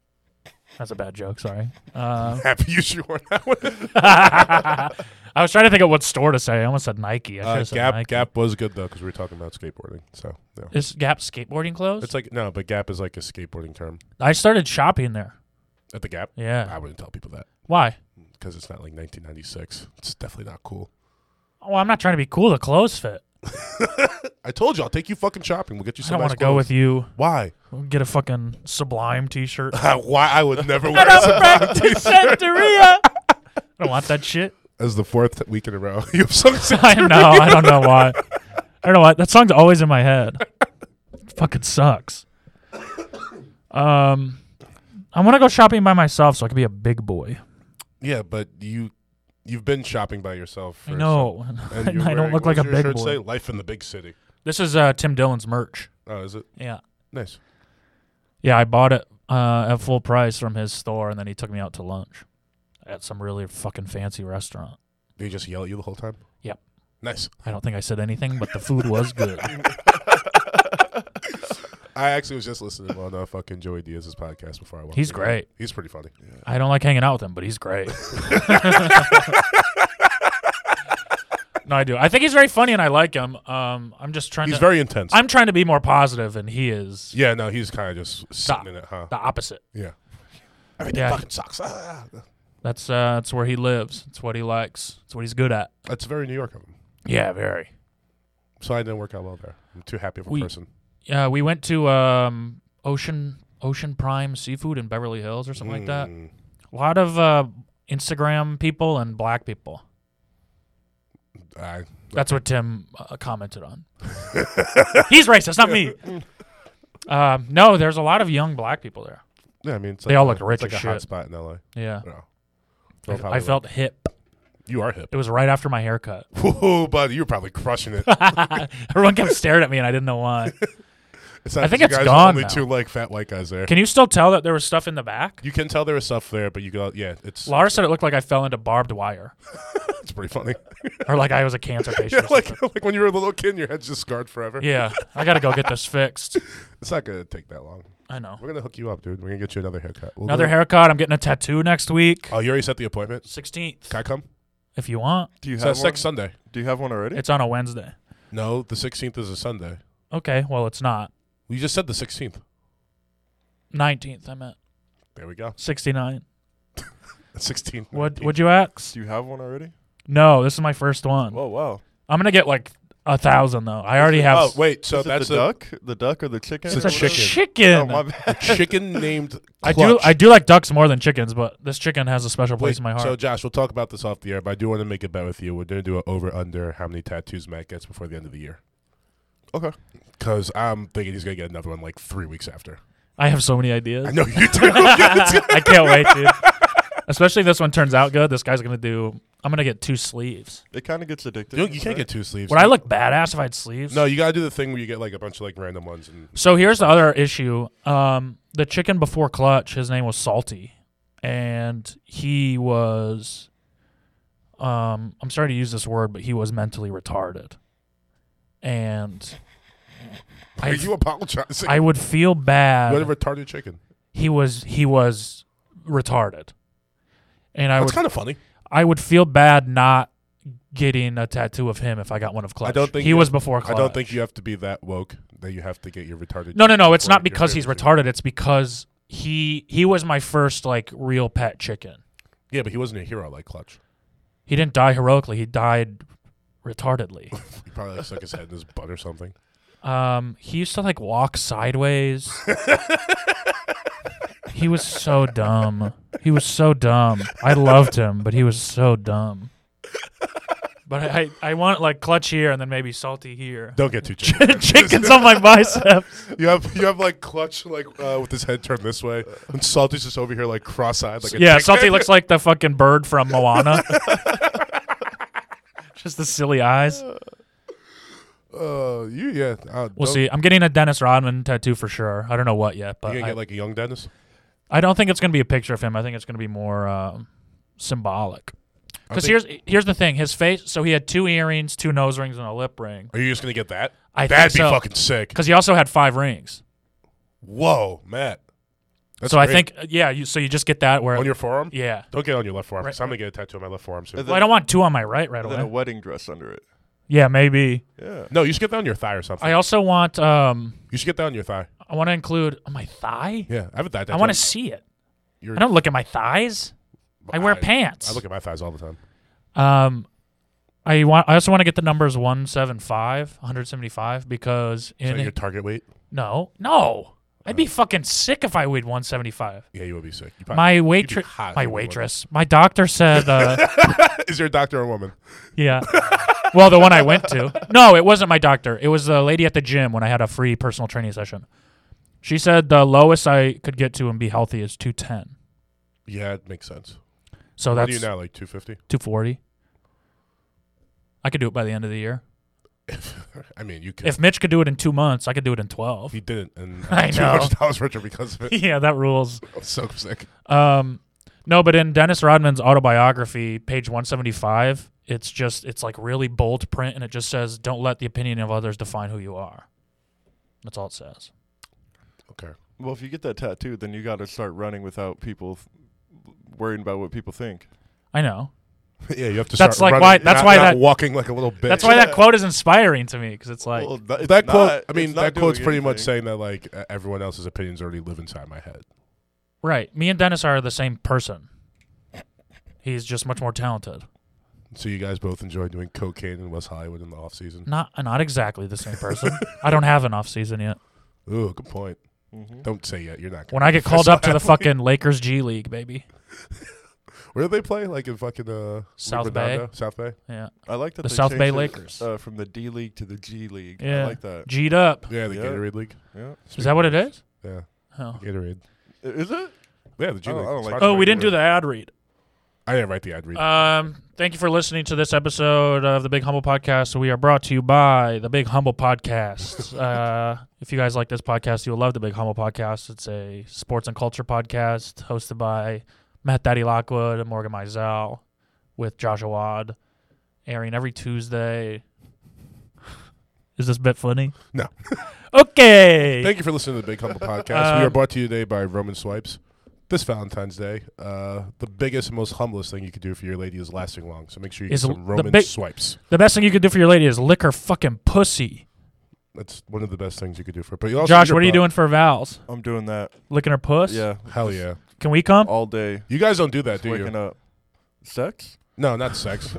A: That's a bad joke. Sorry.
B: *laughs*
A: Uh,
B: Happy you sure that one.
A: I was trying to think of what store to say. I almost said Nike. *laughs* I should
B: Uh,
A: have said
B: Gap
A: Nike.
B: Gap was good though because we were talking about skateboarding. So no,
A: Is Gap skateboarding clothes?
B: it's like no, but Gap is like a skateboarding term
A: I started shopping there.
B: at the Gap.
A: Yeah.
B: I wouldn't tell people that
A: Why?
B: because it's not like 1996. It's definitely not cool.
A: Oh, I'm not trying to be cool. The clothes fit.
B: I told you, I'll take you fucking shopping. We'll get you
A: I
B: some.
A: don't
B: nice
A: want to go
B: clothes.
A: with you.
B: why?
A: Get a fucking Sublime
B: *laughs*
A: T-shirt.
B: why I would
A: *laughs*
B: never wear
A: Shout
B: it
A: out back to Santeria. I don't want that shit.
B: as the fourth week in a row. *laughs* you have some.
A: *laughs* I know. I don't know why. I don't know why. That song's always in my head. fucking sucks. Um, I want to go shopping by myself so I can be a big boy.
B: yeah, but you you've been shopping by yourself. For
A: I *laughs* know.
B: some- and you're
A: I don't
B: wearing-
A: look like
B: what
A: a
B: does your
A: big
B: shirt
A: boy.
B: Say life in the big city.
A: This is uh, Tim Dillon's merch.
B: Oh, is it
A: Yeah.
B: nice?
A: Yeah, I bought it uh, at full price from his store, and then he took me out to lunch at some really fucking fancy restaurant.
B: Did he just yell at you the whole time?
A: Yep.
B: Nice.
A: I don't think I said anything, but the food was
B: *laughs*
A: good.
B: I actually was just listening on uh, fucking Joey Diaz's podcast before I walked.
A: He's
B: in.
A: great.
B: He's pretty funny.
A: I don't like hanging out with him, but he's
B: *laughs*
A: great. no, I do. I think he's very funny, and I like him. Um, I'm just trying
B: He's
A: to.
B: very intense.
A: I'm trying to be more positive, and he is
B: yeah, no, he's kind of just sitting in it, huh?
A: the opposite.
B: Yeah. Everything
A: Yeah.
B: fucking sucks. Ah.
A: That's uh, that's where he lives. That's what he likes. That's what he's good at.
B: That's very New York of him.
A: Yeah, very.
B: So I didn't work out well there. I'm too happy of a
A: We-
B: person.
A: Yeah, we went to um, Ocean Ocean Prime Seafood in Beverly Hills or something like that.
B: Mm.
A: A lot of uh, Instagram people and black people.
B: I,
A: That's what Tim uh, commented *laughs* on. He's racist, not me. Um, no, there's a lot of young black people there.
B: yeah, I mean, it's
A: They
B: like
A: all
B: a-
A: look rich
B: It's like
A: as
B: a hot
A: shit.
B: spot in L.A.
A: Yeah,
B: No.
A: I,
B: Well, probably
A: felt hip.
B: you are hip. *laughs*
A: It was right after my haircut. *laughs*
B: Whoa, buddy, you're probably crushing it.
A: Everyone kept staring at me, and I didn't know *laughs* why.
B: It's not
A: I think
B: 'cause you
A: it's
B: guys
A: gone
B: Are only
A: now.
B: two like fat white guys there.
A: Can you still tell that there was stuff in the back?
B: you can tell there was stuff there, but you go, yeah, it's
A: Laura said it looked like I fell into barbed wire, *laughs*
B: it's pretty funny.
A: or like I was a *laughs* cancer patient.
B: *laughs* yeah,
A: or
B: like
A: something.
B: like when you were a little kid, and your head's just scarred forever.
A: yeah, I gotta go get this fixed.
B: It's not gonna take that long.
A: I *laughs* know.
B: We're gonna hook you up, dude. We're gonna get you another haircut. We'll
A: Another
B: do-
A: haircut. I'm getting a tattoo next week.
B: Oh, you already set the appointment.
A: 16th,
B: Can I come?
A: if you want.
C: Do you
B: So
C: have
B: that's
C: one?
B: next Sunday.
C: Do you have one already?
A: It's on a Wednesday.
B: No, the sixteenth is a Sunday.
A: Okay, well, it's not.
B: You just said the sixteenth.
A: 19th, I meant.
B: There we go. *laughs*
A: 69.
B: Sixteenth.
A: What would you ask?
C: Do you have one already?
A: No, this is my first one.
C: Whoa, wow!
A: I'm gonna get like a thousand though. I already have.
B: Oh wait, so
C: Is it
B: that's
C: the
A: *laughs*
C: duck, the duck or the chicken?
A: it's
B: It's a
A: a
C: or whatever?
A: chicken.
B: chicken.
C: Oh my
B: a
C: bad. *laughs*
B: chicken named.
A: I do.
B: Clutch.
A: I do like ducks more than chickens, but this chicken has a special place
B: Wait,
A: in my
B: So
A: heart.
B: Josh, we'll talk about this off the air, but I do want to make a bet with you. We're gonna do an over under how many tattoos Matt gets before the end of the year.
C: Okay.
B: Because I'm thinking he's gonna get another one like three weeks after.
A: I have so many ideas.
B: I *laughs* know you
A: *laughs*
B: do.
A: I can't wait, dude. Especially if this one turns out good. This guy's gonna do. I'm gonna get two sleeves.
C: It kind of gets addictive.
B: you, you can't
C: right?
B: get two sleeves.
A: Would I look badass if I had sleeves?
B: No, you gotta do the thing where you get like a bunch of like random ones and
A: So here's the other issue. Um, the chicken before Clutch, his name was Salty, and he was. Um, I'm sorry to use this word, but he was mentally retarded, and I, *laughs*
B: Are you apologizing?
A: I would feel
B: you
A: bad.
B: had a retarded chicken.
A: he was he was retarded, and I
B: That's
A: would
B: kind of funny.
A: I would feel bad not getting a tattoo of him if I got one of Clutch.
B: don't think
A: he
B: you-
A: was before
B: I
A: Clutch.
B: don't think you have to be that woke that you have to get your retarded.
A: No, no, no. It's
B: before
A: not
B: your
A: because he's
B: favorite chicken.
A: retarded. It's because he he was my first like real pet chicken.
B: Yeah, but he wasn't a hero like Clutch.
A: He didn't die heroically. He died retardedly.
B: He probably like, stuck his head in his butt or something.
A: Um, he used to like walk sideways. he was so dumb. He was so dumb. I loved him, but he was so dumb. But I, I, I want like clutch here and then maybe salty here.
B: Don't get too chicken.
A: *laughs* Chickens on my biceps.
B: You have you have like clutch like uh, with his head turned this way, and Salty's just over here like cross-eyed. Like a
A: Yeah,
B: chicken.
A: salty looks like the fucking bird from
B: *laughs*
A: Moana. Just the silly eyes.
B: Uh, you yeah. Uh,
A: We'll
B: don't-
A: see. I'm getting a Dennis Rodman tattoo for sure. I don't know what yet,
B: You
A: but
B: gonna
A: I,
B: get like a young Dennis?
A: I don't think it's going to be a picture of him. I think it's going to be more um symbolic.
B: I
A: Because
B: think-
A: here's here's the thing: his face. So he had two earrings, two nose rings, and a lip ring.
B: Are you just gonna get that?
A: I
B: That'd
A: think
B: be
A: so.
B: fucking sick.
A: Because he also had five rings.
B: Whoa, Matt. That's
A: so I
B: great.
A: think uh, yeah. You, so you just get that where
B: on your forearm.
A: yeah.
B: Don't get it on your left forearm.
A: Right.
B: 'cause I'm gonna get a tattoo on my left forearm soon.
C: And
A: Well, I don't want two on my right right
C: And then a
A: away.
C: wedding dress under it.
A: Yeah, maybe.
C: Yeah.
B: No, you should get that on your thigh or something.
A: I also want um.
B: you should get that on your thigh.
A: I want to include on my thigh.
B: Yeah, I have a thigh tattoo.
A: I want to see it.
B: You're-
A: I don't look at my thighs. I wear pants.
B: I look at my thighs all the time.
A: Um, I want. I also want to get the numbers 175, 175, because
B: Is
A: in
B: that your target weight?
A: no, no, I'd
B: Uh.
A: be fucking sick if I weighed 175.
B: Yeah, you would be sick. You probably-
A: My
B: be
A: waitress,
B: hot
A: my
B: if you were.
A: waitress, my doctor said,
B: *laughs*
A: uh,
B: is there a doctor or a woman?
A: yeah. Well, the one I went to. No, it wasn't my doctor. It was the lady at the gym when I had a free personal training session. She said the lowest I could get to and be healthy is 210.
B: Yeah, it makes sense.
A: So
B: what
A: that's
B: do you now? Like two fifty? *laughs*
A: 240. I could do it by the end of the year.
B: I mean, you could.
A: If Mitch could do it in two months, I could do it in 12.
B: he didn't, and
A: I
B: two
A: know.
B: hundred dollars richer because of
A: *laughs*
B: it.
A: yeah, that rules.
B: I'm so sick.
A: Um, no, but in Dennis Rodman's autobiography, page 175, it's just, it's like really bold print and it just says, don't let the opinion of others define who you are. That's all it says.
B: Okay. *laughs*
C: Well, if you get that tattoo, then you got to start running without people th- worrying about what people think.
A: I know.
B: yeah, you have to.
A: That's
B: start
A: like
B: running,
A: why- that's
B: not-
A: why
B: not
A: that-
B: walking like a little bitch.
A: That's why that quote is inspiring to me because it's like,
C: well, th- it's
B: *laughs* that quote.
C: not-
B: I mean,
C: it's not
B: that
C: doing
B: quote's pretty much
C: anything.
B: saying that like uh, everyone else's opinions already live inside my head.
A: right, me and Dennis are the same person. He's just much more talented.
B: So you guys both enjoy doing cocaine in West Hollywood in the off season.
A: Not not exactly the same person. I don't have an off season yet.
B: Ooh, good point.
C: Mhm.
B: Don't say yet. You're not. Gonna
A: When I get called
B: So
A: up to the
B: athlete.
A: fucking Lakers G League, baby.
B: Where do they play? Like in fucking uh,
A: South
B: Redondo? South Bay.
A: Yeah.
C: I like that
A: The
C: they
A: South Bay
C: changed it,
A: Lakers.
C: uh, from the D League to the G League.
A: Yeah.
C: I like that.
A: G'd up.
B: Yeah, the
C: Yeah.
B: Gatorade League.
C: Yeah.
A: Is that what it is?
B: Yeah,
A: Oh,
B: Gatorade.
C: I- Is it?
B: Yeah, the G
C: I don't-
B: League.
C: I don't
B: It's
C: like
B: hard
C: that.
B: to
A: oh we
B: write
A: didn't do
B: word.
A: the ad read.
B: I didn't write the ad read.
A: Um, thank you for listening to this episode of the Big Humble Podcast. We are brought to you by the Big Humble
B: *laughs*
A: Podcast. uh, if you guys like this podcast, you'll love the Big Humble Podcast. It's a sports and culture podcast hosted by Matt Daddy Lockwood and Morgan Mizell with Josh Awad, airing every Tuesday. *sighs* Is this bit funny?
B: No.
A: *laughs* okay.
B: Thank you for listening to the Big
A: *laughs*
B: Humble Podcast.
A: Um,
B: we are brought to you today by Roman Swipes. This Valentine's Day, uh, the biggest and most humblest thing you could do for your lady is lasting long. So make sure you get
A: Is l-
B: some
A: the
B: Roman
A: big-
B: Swipes.
A: the best thing you could do for your lady is lick her fucking pussy.
B: That's one of the best things you could do for. her. But you also
A: Josh,
B: your
A: what are you
B: butt.
A: doing for Val's?
C: I'm doing that.
A: Licking her puss?
C: Yeah.
B: Hell yeah! Oh,
A: Can we come?
C: All day.
B: You guys don't do that, do
C: Waking
B: you?
C: up. Sex?
B: No, not
C: *laughs*
B: sex.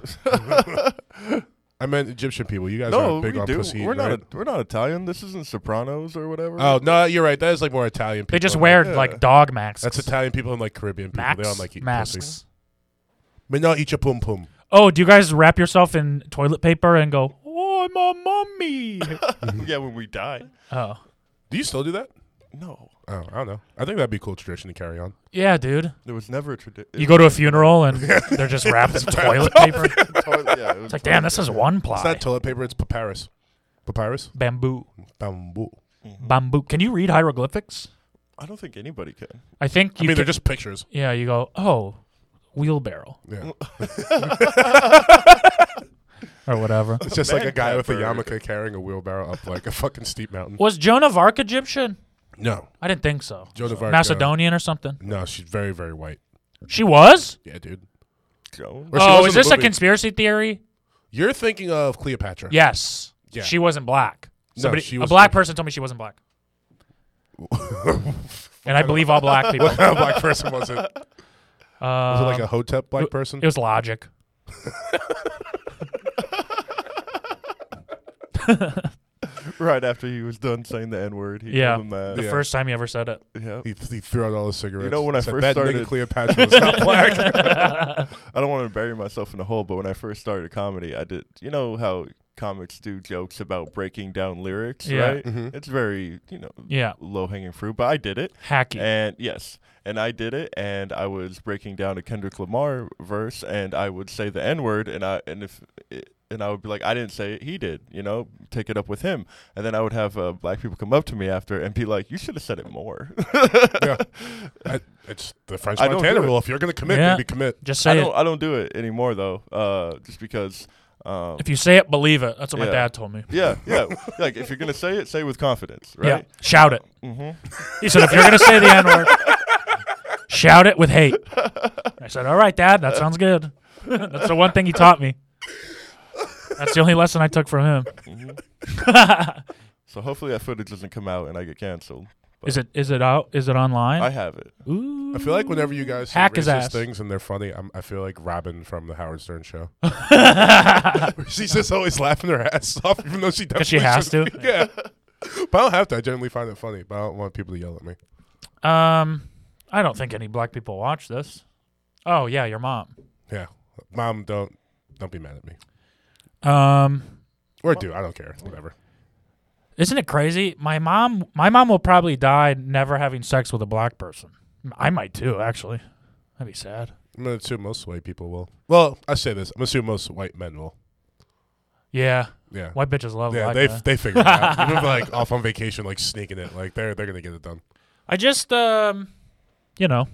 B: I meant Egyptian people. You guys
C: No,
B: aren't
C: we
B: big on
C: do.
B: pussy.
C: we're not.
B: right?
C: A, we're not Italian. This isn't Sopranos or whatever.
B: Oh no, you're right. That is like more Italian. people.
A: They just wear
C: Yeah.
A: like dog masks.
B: That's Italian people and like Caribbean people.
A: Max
B: they don't like eat
A: masks.
B: pussy. But not eat your pum pum.
A: Oh, do you guys wrap yourself in toilet paper and go, "Oh, I'm a
B: *laughs*
A: mummy"?
C: *laughs* yeah, when we die.
A: oh,
B: Do you still do that?
C: No,
B: Oh, I don't know. I think that'd be a cool tradition to carry on.
A: yeah, dude.
C: there was never a tradition.
A: You go to a funeral
B: *laughs*
A: and they're just wrapped in toilet paper. It's
C: yeah, it was
A: like, damn, this is one
B: It's
A: ply.
B: not Mm-hmm. toilet paper. It's papyrus. Papyrus.
A: Bamboo,
B: Bamboo.
A: bamboo. Can you read hieroglyphics?
C: I don't think anybody can.
A: I think
B: I
A: you.
B: mean, they're
A: can-
B: just pictures.
A: yeah, you go, oh, wheelbarrow
B: Yeah,
A: or
B: *laughs*
A: whatever.
B: it's just like a guy with a
C: Mancat
B: yarmulke carrying a wheelbarrow up like a fucking steep mountain.
A: Was Joan of Arc Egyptian?
B: No,
A: I didn't think so.
B: Joan of Arc, uh,
A: Macedonian or something.
B: no, she's very, very white. She,
A: She was.
B: yeah, dude.
C: Joan?
B: Or she was
A: oh,
B: in
A: is
B: the
A: this a
B: movie.
A: conspiracy theory?
B: You're thinking of Cleopatra. *laughs*
A: Yes.
B: Yeah.
A: She wasn't black.
B: No,
A: Somebody,
B: she
A: a
B: was-
A: black person told me she wasn't
B: *laughs*
A: black. and I believe all black people.
B: What kind of black person *laughs* was it? Was
A: Uh,
B: it like a Hotep black person?
A: it was logic.
C: Right after he was done saying the N word, he
A: Yeah.
C: told him that.
A: The
B: Yeah.
A: first time you ever said it.
C: Yeah.
B: He, he threw out all his cigarettes.
C: You know, when I
B: Said,
C: first
B: that nigga
C: started- *laughs*
B: Cleopatra was not *laughs* black.
C: I don't want to bury myself in a hole, but when I first started comedy, I did. You know how comics do jokes about breaking down lyrics,
A: Yeah.
C: right? It's very you know
A: Yeah.
C: low hanging fruit, but I did it.
A: Hacky.
C: And yes, and I did it, and I was breaking down a Kendrick Lamar verse, and I would say the N word, and I and if it, and I would be like, I didn't say it, he did, you know, take it up with him. And then I would have uh, black people come up to me after and be like, you should have said it more. *laughs*
B: yeah. I, it's the French
C: I don't
B: Montana
C: do it.
B: rule. If you're going to commit,
A: Yeah.
B: then be commit.
A: Just
C: I
A: say
C: don't
A: it.
C: I don't do it anymore though, uh, just because. Um,
A: If you say it, believe it. That's what my
C: Yeah.
A: dad told me.
C: yeah, yeah. like if you're gonna say it, say it with confidence,
A: Yeah.
C: right? Mm-hmm,
A: Shout it. He said, if you're going to say the N word, shout it with hate. I said, all right, Dad, that sounds good. That's the one thing he taught me. That's the only lesson I took from him.
C: mm-hmm.
A: *laughs*
C: So hopefully that footage doesn't come out and I get canceled.
A: Is it is it out? Is it online?
C: I have it.
A: Ooh.
B: I feel like whenever you guys say
A: Hack his
B: racist
A: ass.
B: things and they're funny, I'm, I feel like Robin from the Howard
A: *laughs*
B: Stern show. *laughs* She's just always laughing her ass off, even though she
A: she
B: definitely
A: has to.
B: shouldn't. *laughs* Yeah, but I don't have to. I generally find it funny, but I don't want people to yell at me.
A: Um, I don't think any black people watch this. Oh yeah, your mom.
B: Yeah, mom, don't don't be mad at me
A: Um,
B: or do. I don't care. Whatever.
A: isn't it crazy? My mom, my mom will probably die never having sex with a black person. I might too, actually. That'd be sad.
B: I'm gonna assume most white people will. Well, I say this. I'm gonna assume most white men will.
A: Yeah,
B: Yeah.
A: white bitches love
B: Yeah,
A: black
B: they
A: men.
B: they figure it out. Even
A: *laughs*
B: if they're, like off on vacation, like sneaking it, like they're they're gonna get it done.
A: I just um you know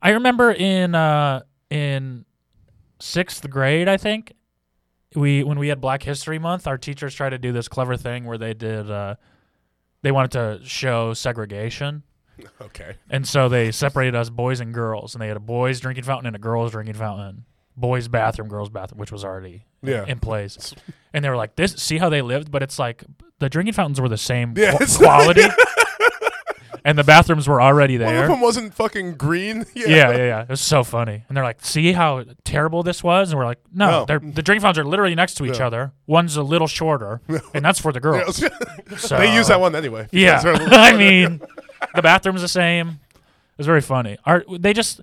A: I remember in uh in 6th grade I think we when we had Black History Month our teachers tried to do this clever thing where they did uh they wanted to show segregation
B: Okay.
A: and so they separated us boys and girls and they had a boys drinking fountain and a girls drinking fountain boys bathroom girls bathroom which was already
B: Yeah.
A: in place and they were like this see how they lived but it's like the drinking fountains were the same
B: Yeah,
A: qu-
B: it's- *laughs*
A: quality and the bathrooms were already
B: One of
A: there
B: them wasn't fucking green. *laughs*
A: yeah. yeah, yeah, It was so funny. And they're like, see how terrible this was? And we're like, no,
B: No.
A: They're, the drinking fountains are literally next to each
B: Yeah.
A: other. One's a little shorter,
B: *laughs*
A: and that's for the *laughs* girls. So,
B: they use that one anyway.
A: Oh.
B: *laughs*
A: Yeah.
B: Because they're a little
A: *laughs* I
B: shorter.
A: mean, the bathroom's the same. It was very funny. Are they just,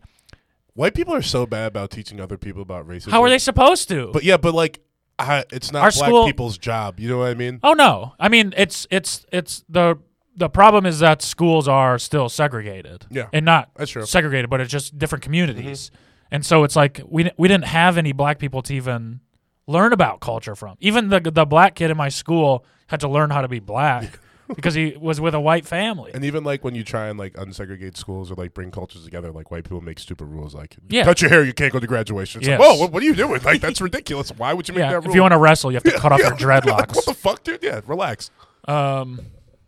B: white people are so bad about teaching other people about racism.
A: how are they supposed to?
B: But yeah, but like, I, it's not
A: Our
B: black
A: school-
B: people's job. You know what I mean?
A: oh, no. I mean, it's, it's, it's the, the problem is that schools are still segregated.
B: Yeah.
A: And not
B: That's true. Mm-hmm.
A: segregated, but it's just different communities. And so it's like we di- we didn't have any black people to even learn about culture from. Even the the black kid in my school had to learn how to be
B: *laughs*
A: black because he was with a white family.
B: And even like when you try and like unsegregate schools or like bring cultures together, like white people make stupid rules, like
A: Yeah.
B: cut your hair, you can't go to graduation. It's
A: Yes.
B: like, whoa, what, what are you doing? Like that's ridiculous. Why would you make
A: yeah,
B: that rule?
A: if you want to wrestle, you have to cut off your
B: *laughs* like, what
A: dreadlocks.
B: the fuck, dude? Yeah, relax.
A: um,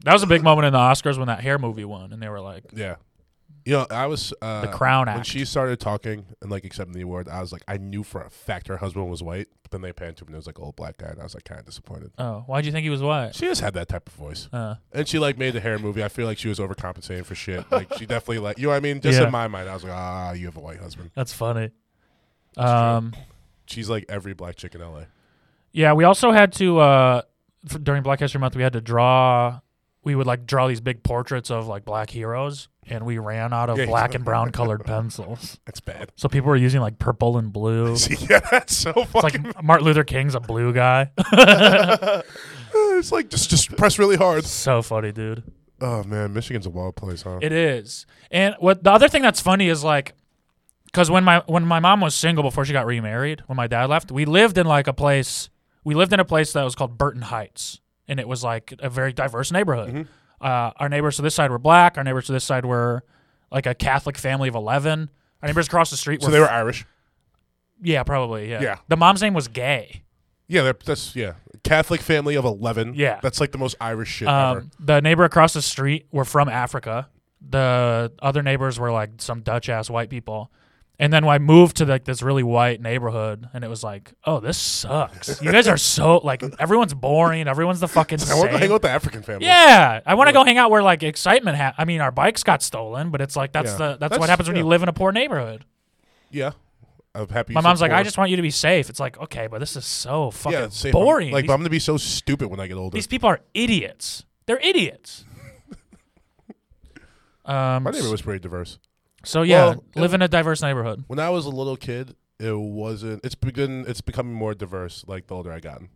A: that was a big moment in the Oscars when that hair movie won, and they were like,
B: Yeah. You know, I was uh,
A: The Crown
B: when
A: Act.
B: she started talking and like accepting the award. I was like, I knew for a fact her husband was white. But then they panned to him and it was like an old black guy, and I was like kind of disappointed.
A: "Oh, why'd you think he was white?"
B: She just had that type of voice,
A: Uh,
B: and she like made the hair movie. I feel like she was overcompensating for shit. Like
A: *laughs*
B: she definitely like you know what I mean. Just
A: Yeah.
B: in my mind, I was like, ah, you have a white husband.
A: that's funny. Um,
B: She's like every black chick in L.A.
A: Yeah, we also had to uh, f- during Black History Month. We had to draw. We would like draw these big portraits of like black heroes, and we ran out of
B: Yeah, you
A: black
B: told
A: and brown
B: *laughs*
A: colored pencils.
B: That's bad. *laughs*
A: So people were using like purple and blue. It's
B: yeah, that's so
A: like
B: fucking.
A: Martin Luther King's a blue guy. *laughs*
B: It's like just just press really hard.
A: so funny, dude.
B: Oh man, Michigan's a wild place, huh?
A: It is. And what the other thing that's funny is like cuz when my when my mom was single before she got remarried, when my dad left, we lived in like a place we lived in a place that was called Burton Heights and it was like a very diverse neighborhood.
B: Mm-hmm.
A: Uh, our neighbors to this side were black, our neighbors to this side were like a Catholic family of 11. Our neighbors across the street were
B: so they were Irish.
A: Yeah, probably, yeah.
B: Yeah.
A: The mom's name was Gay.
B: Yeah, they're- that's yeah. Catholic family of eleven.
A: Yeah.
B: that's like the most Irish shit ever. *laughs*
A: Um, the neighbor across the street were from Africa. The other neighbors were like some Dutch ass white people. And then I moved to like this really white neighborhood, and it was like, oh, this sucks. You guys are so like everyone's boring. Everyone's the fucking
B: *laughs* I want to hang out
A: same.
B: with the African family.
A: Yeah, I want to go hang out where like excitement. Ha- I mean, our bikes got stolen, but it's like that's
B: Yeah.
A: the that's, what
B: That's-
A: happens when
B: yeah.
A: you live in a poor neighborhood.
B: yeah. I'm happy. you
A: My
B: said
A: mom's like, I
B: poor.
A: just want you to be safe. It's like, okay, but this is so fucking
B: yeah, same. I'm-
A: boring.
B: Like,
A: These
B: but I'm gonna be so stupid when I get older.
A: These people are idiots. They're
B: *laughs*
A: idiots. um,
B: My neighbor was pretty diverse.
A: so yeah,
B: well,
A: live in a diverse neighborhood.
B: When I was a little kid, it wasn't. It's begin. It's becoming more diverse. Like the older I gotten.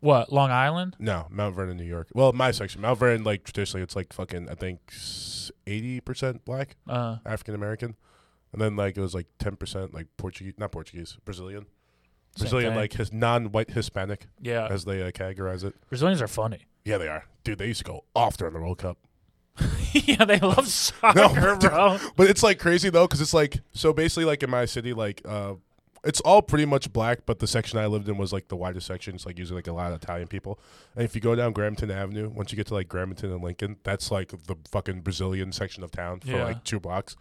A: What Long Island?
B: No, Mount Vernon, New York. Well, my section, Mount Vernon, like traditionally, it's like fucking. I think eighty percent black,
A: Uh,
B: African American, and then like it was like ten percent like Portuguese, not Portuguese, Brazilian.
A: Same
B: Brazilian,
A: thing.
B: like his non-white Hispanic,
A: yeah,
B: as they uh, categorize it.
A: Brazilians are funny. *laughs*
B: Yeah, they are, dude. They used to go off during the World Cup.
A: yeah, they
B: *laughs*
A: love soccer,
B: dude.
A: bro.
B: But it's like crazy though, because it's like so basically like in my city, like uh, it's all pretty much black, but the section I lived in was like the widest section. It's like usually like a lot of Italian people. And if you go down Gramerton Avenue, once you get to like Gramerton and Lincoln, that's like the fucking Brazilian section of town for
A: Yeah.
B: like two blocks.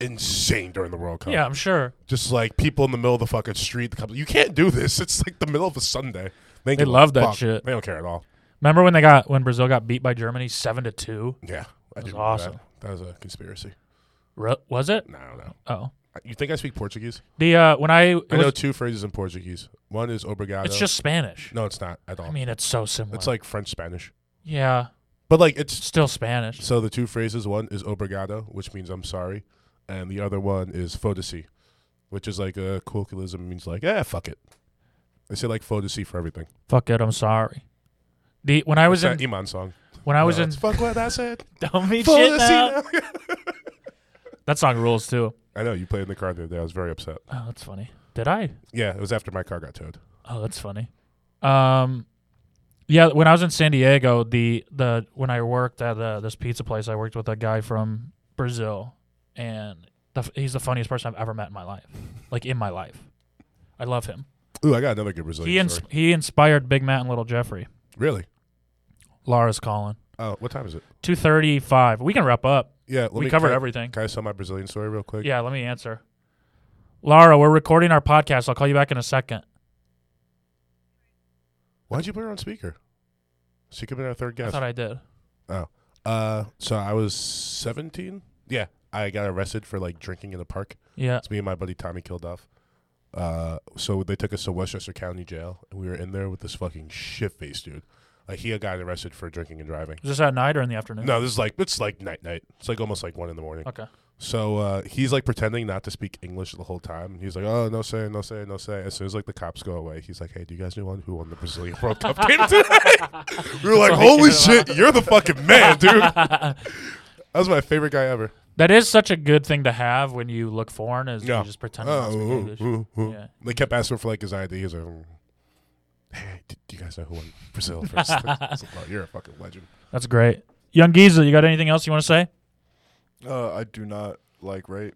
B: Insane during the World Cup.
A: Yeah, I'm sure
B: just like people in the middle of the fucking street. the couple- You can't do this. *laughs* It's like the middle of a Sunday.
A: they
B: give a
A: love that
B: fuck.
A: shit.
B: They don't care at all.
A: Remember when they got when Brazil got beat by Germany seven to two?
B: Yeah, I
A: That's
B: do remember
A: awesome.
B: That. that was a conspiracy.
A: Re- Was it?
B: No, no.
A: Oh,
B: You think I speak Portuguese?
A: the uh, when I, it
B: I know
A: was-
B: two phrases in Portuguese. One is obrigado.
A: it's just Spanish.
B: no, it's not at all.
A: I mean, it's so similar.
B: it's like French Spanish,
A: yeah,
B: but like it's
A: still Spanish.
B: so the two phrases. One is obrigado, which means I'm sorry, and the other one is fodacy, which is like a colloquialism means like yeah, fuck it. They say like fodacy for everything.
A: Fuck it, I'm sorry. The when I was
B: It's
A: in
B: that Iman song.
A: when I was
B: Uh,
A: in *laughs*
B: it's, fuck what I said.
A: don't be shit now.
B: Fodacy. now."
A: That song rules too.
B: I know you played in the car the other day. I was very upset.
A: Oh, that's funny. Did I?
B: Yeah, it was after my car got towed.
A: Oh, that's funny. Um, yeah, when I was in San Diego, the the when I worked at uh, this pizza place, I worked with a guy from Brazil, and the, f- he's the funniest person I've ever met in my life, like in my life. I love him.
B: Ooh, I got another
A: He
B: good Brazilian
A: ins-
B: story.
A: he inspired Big Matt and Little Jeffrey.
B: Really?
A: Laura's calling.
B: Oh, what time is it?
A: Two thirty five. We can wrap up.
B: Yeah, let
A: we
B: me-
A: covered
B: can I-
A: everything.
B: Can I tell my Brazilian story real quick?
A: Yeah, let me answer. Laura, we're recording our podcast. I'll call you back in a second.
B: Why'd you put her on speaker? She could have been our third
A: I
B: guest.
A: thought I did.
B: uh, so I was 17. Yeah, I got arrested for like drinking in the park.
A: Yeah.
B: It's me and my buddy Tommy Kilduff. Uh, so they took us to Westchester County Jail, and we were in there with this fucking shit face dude. Like he got arrested for drinking and driving.
A: Was this at night or in the afternoon?
B: No, this is like it's like night night. It's like almost like one in the morning.
A: Okay.
B: So uh, he's like pretending not to speak English the whole time. He's like, "Oh, no say, no say, no say." As soon as like the cops go away, he's like, "Hey, do you guys know who won the Brazilian *laughs* World Cup game
A: *laughs*
B: today?" we were like,
A: all he
B: "Holy
A: cared
B: shit, you're the fucking man,
A: *laughs*
B: dude!" that was my favorite guy ever.
A: That is such a good thing to have when you look foreign is
B: Yeah.
A: you just pretend not to
B: Oh,
A: speak
B: ooh,
A: English.
B: ooh, ooh.
A: Yeah.
B: They kept asking for like his ID. He's like, "Mm. "Hey, d- do you guys know who won
A: *laughs*
B: Brazil first? It's like, "Oh, you're a fucking legend.
A: That's great. Young Giza, you got anything else you want to say?
C: Uh, I do not
B: *laughs*
C: like rape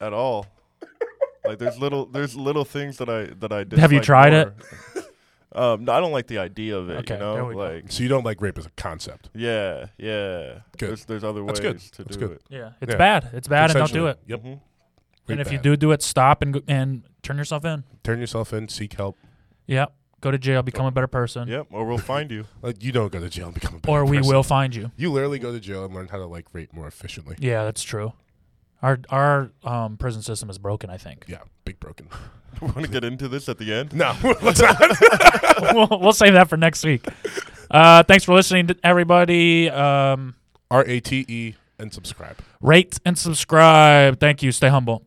C: at all. Like there's little there's little things that I that I
A: Have you
C: dislike
A: tried it?
C: more. *laughs* Um, no, I don't like the idea of it.
A: Okay,
C: you know,
A: there we go.
C: like
B: So you don't like rape as a concept?
C: yeah, yeah.
B: Good.
C: There's there's other
B: That's good.
C: ways to
B: That's
C: do
B: good.
A: Yeah. It's
B: Yeah.
A: bad. It's bad and don't do it.
B: Consensually.
C: it.
B: Yep.
C: hmm
A: and
B: rape
A: if you
B: bad.
A: do do it, stop and go, and turn yourself in.
B: turn yourself in, seek help.
A: Yeah. Go to jail, become a better person.
C: Yep. Or we'll find you. *laughs*
B: Like, you don't go to jail and become a better
A: Or we
B: person.
A: will find you.
B: You literally go to jail and learn how to like rape more efficiently.
A: Yeah, that's true. Our our um, prison system is broken, I
B: *laughs*
A: think.
B: Yeah, big broken.
C: Want to get into this at the end? *laughs*
B: No, let's not.
A: we'll, we'll save that for next week. Uh, thanks for listening, to everybody. Um,
B: R A T E and subscribe.
A: rate and subscribe. Thank you. Stay humble.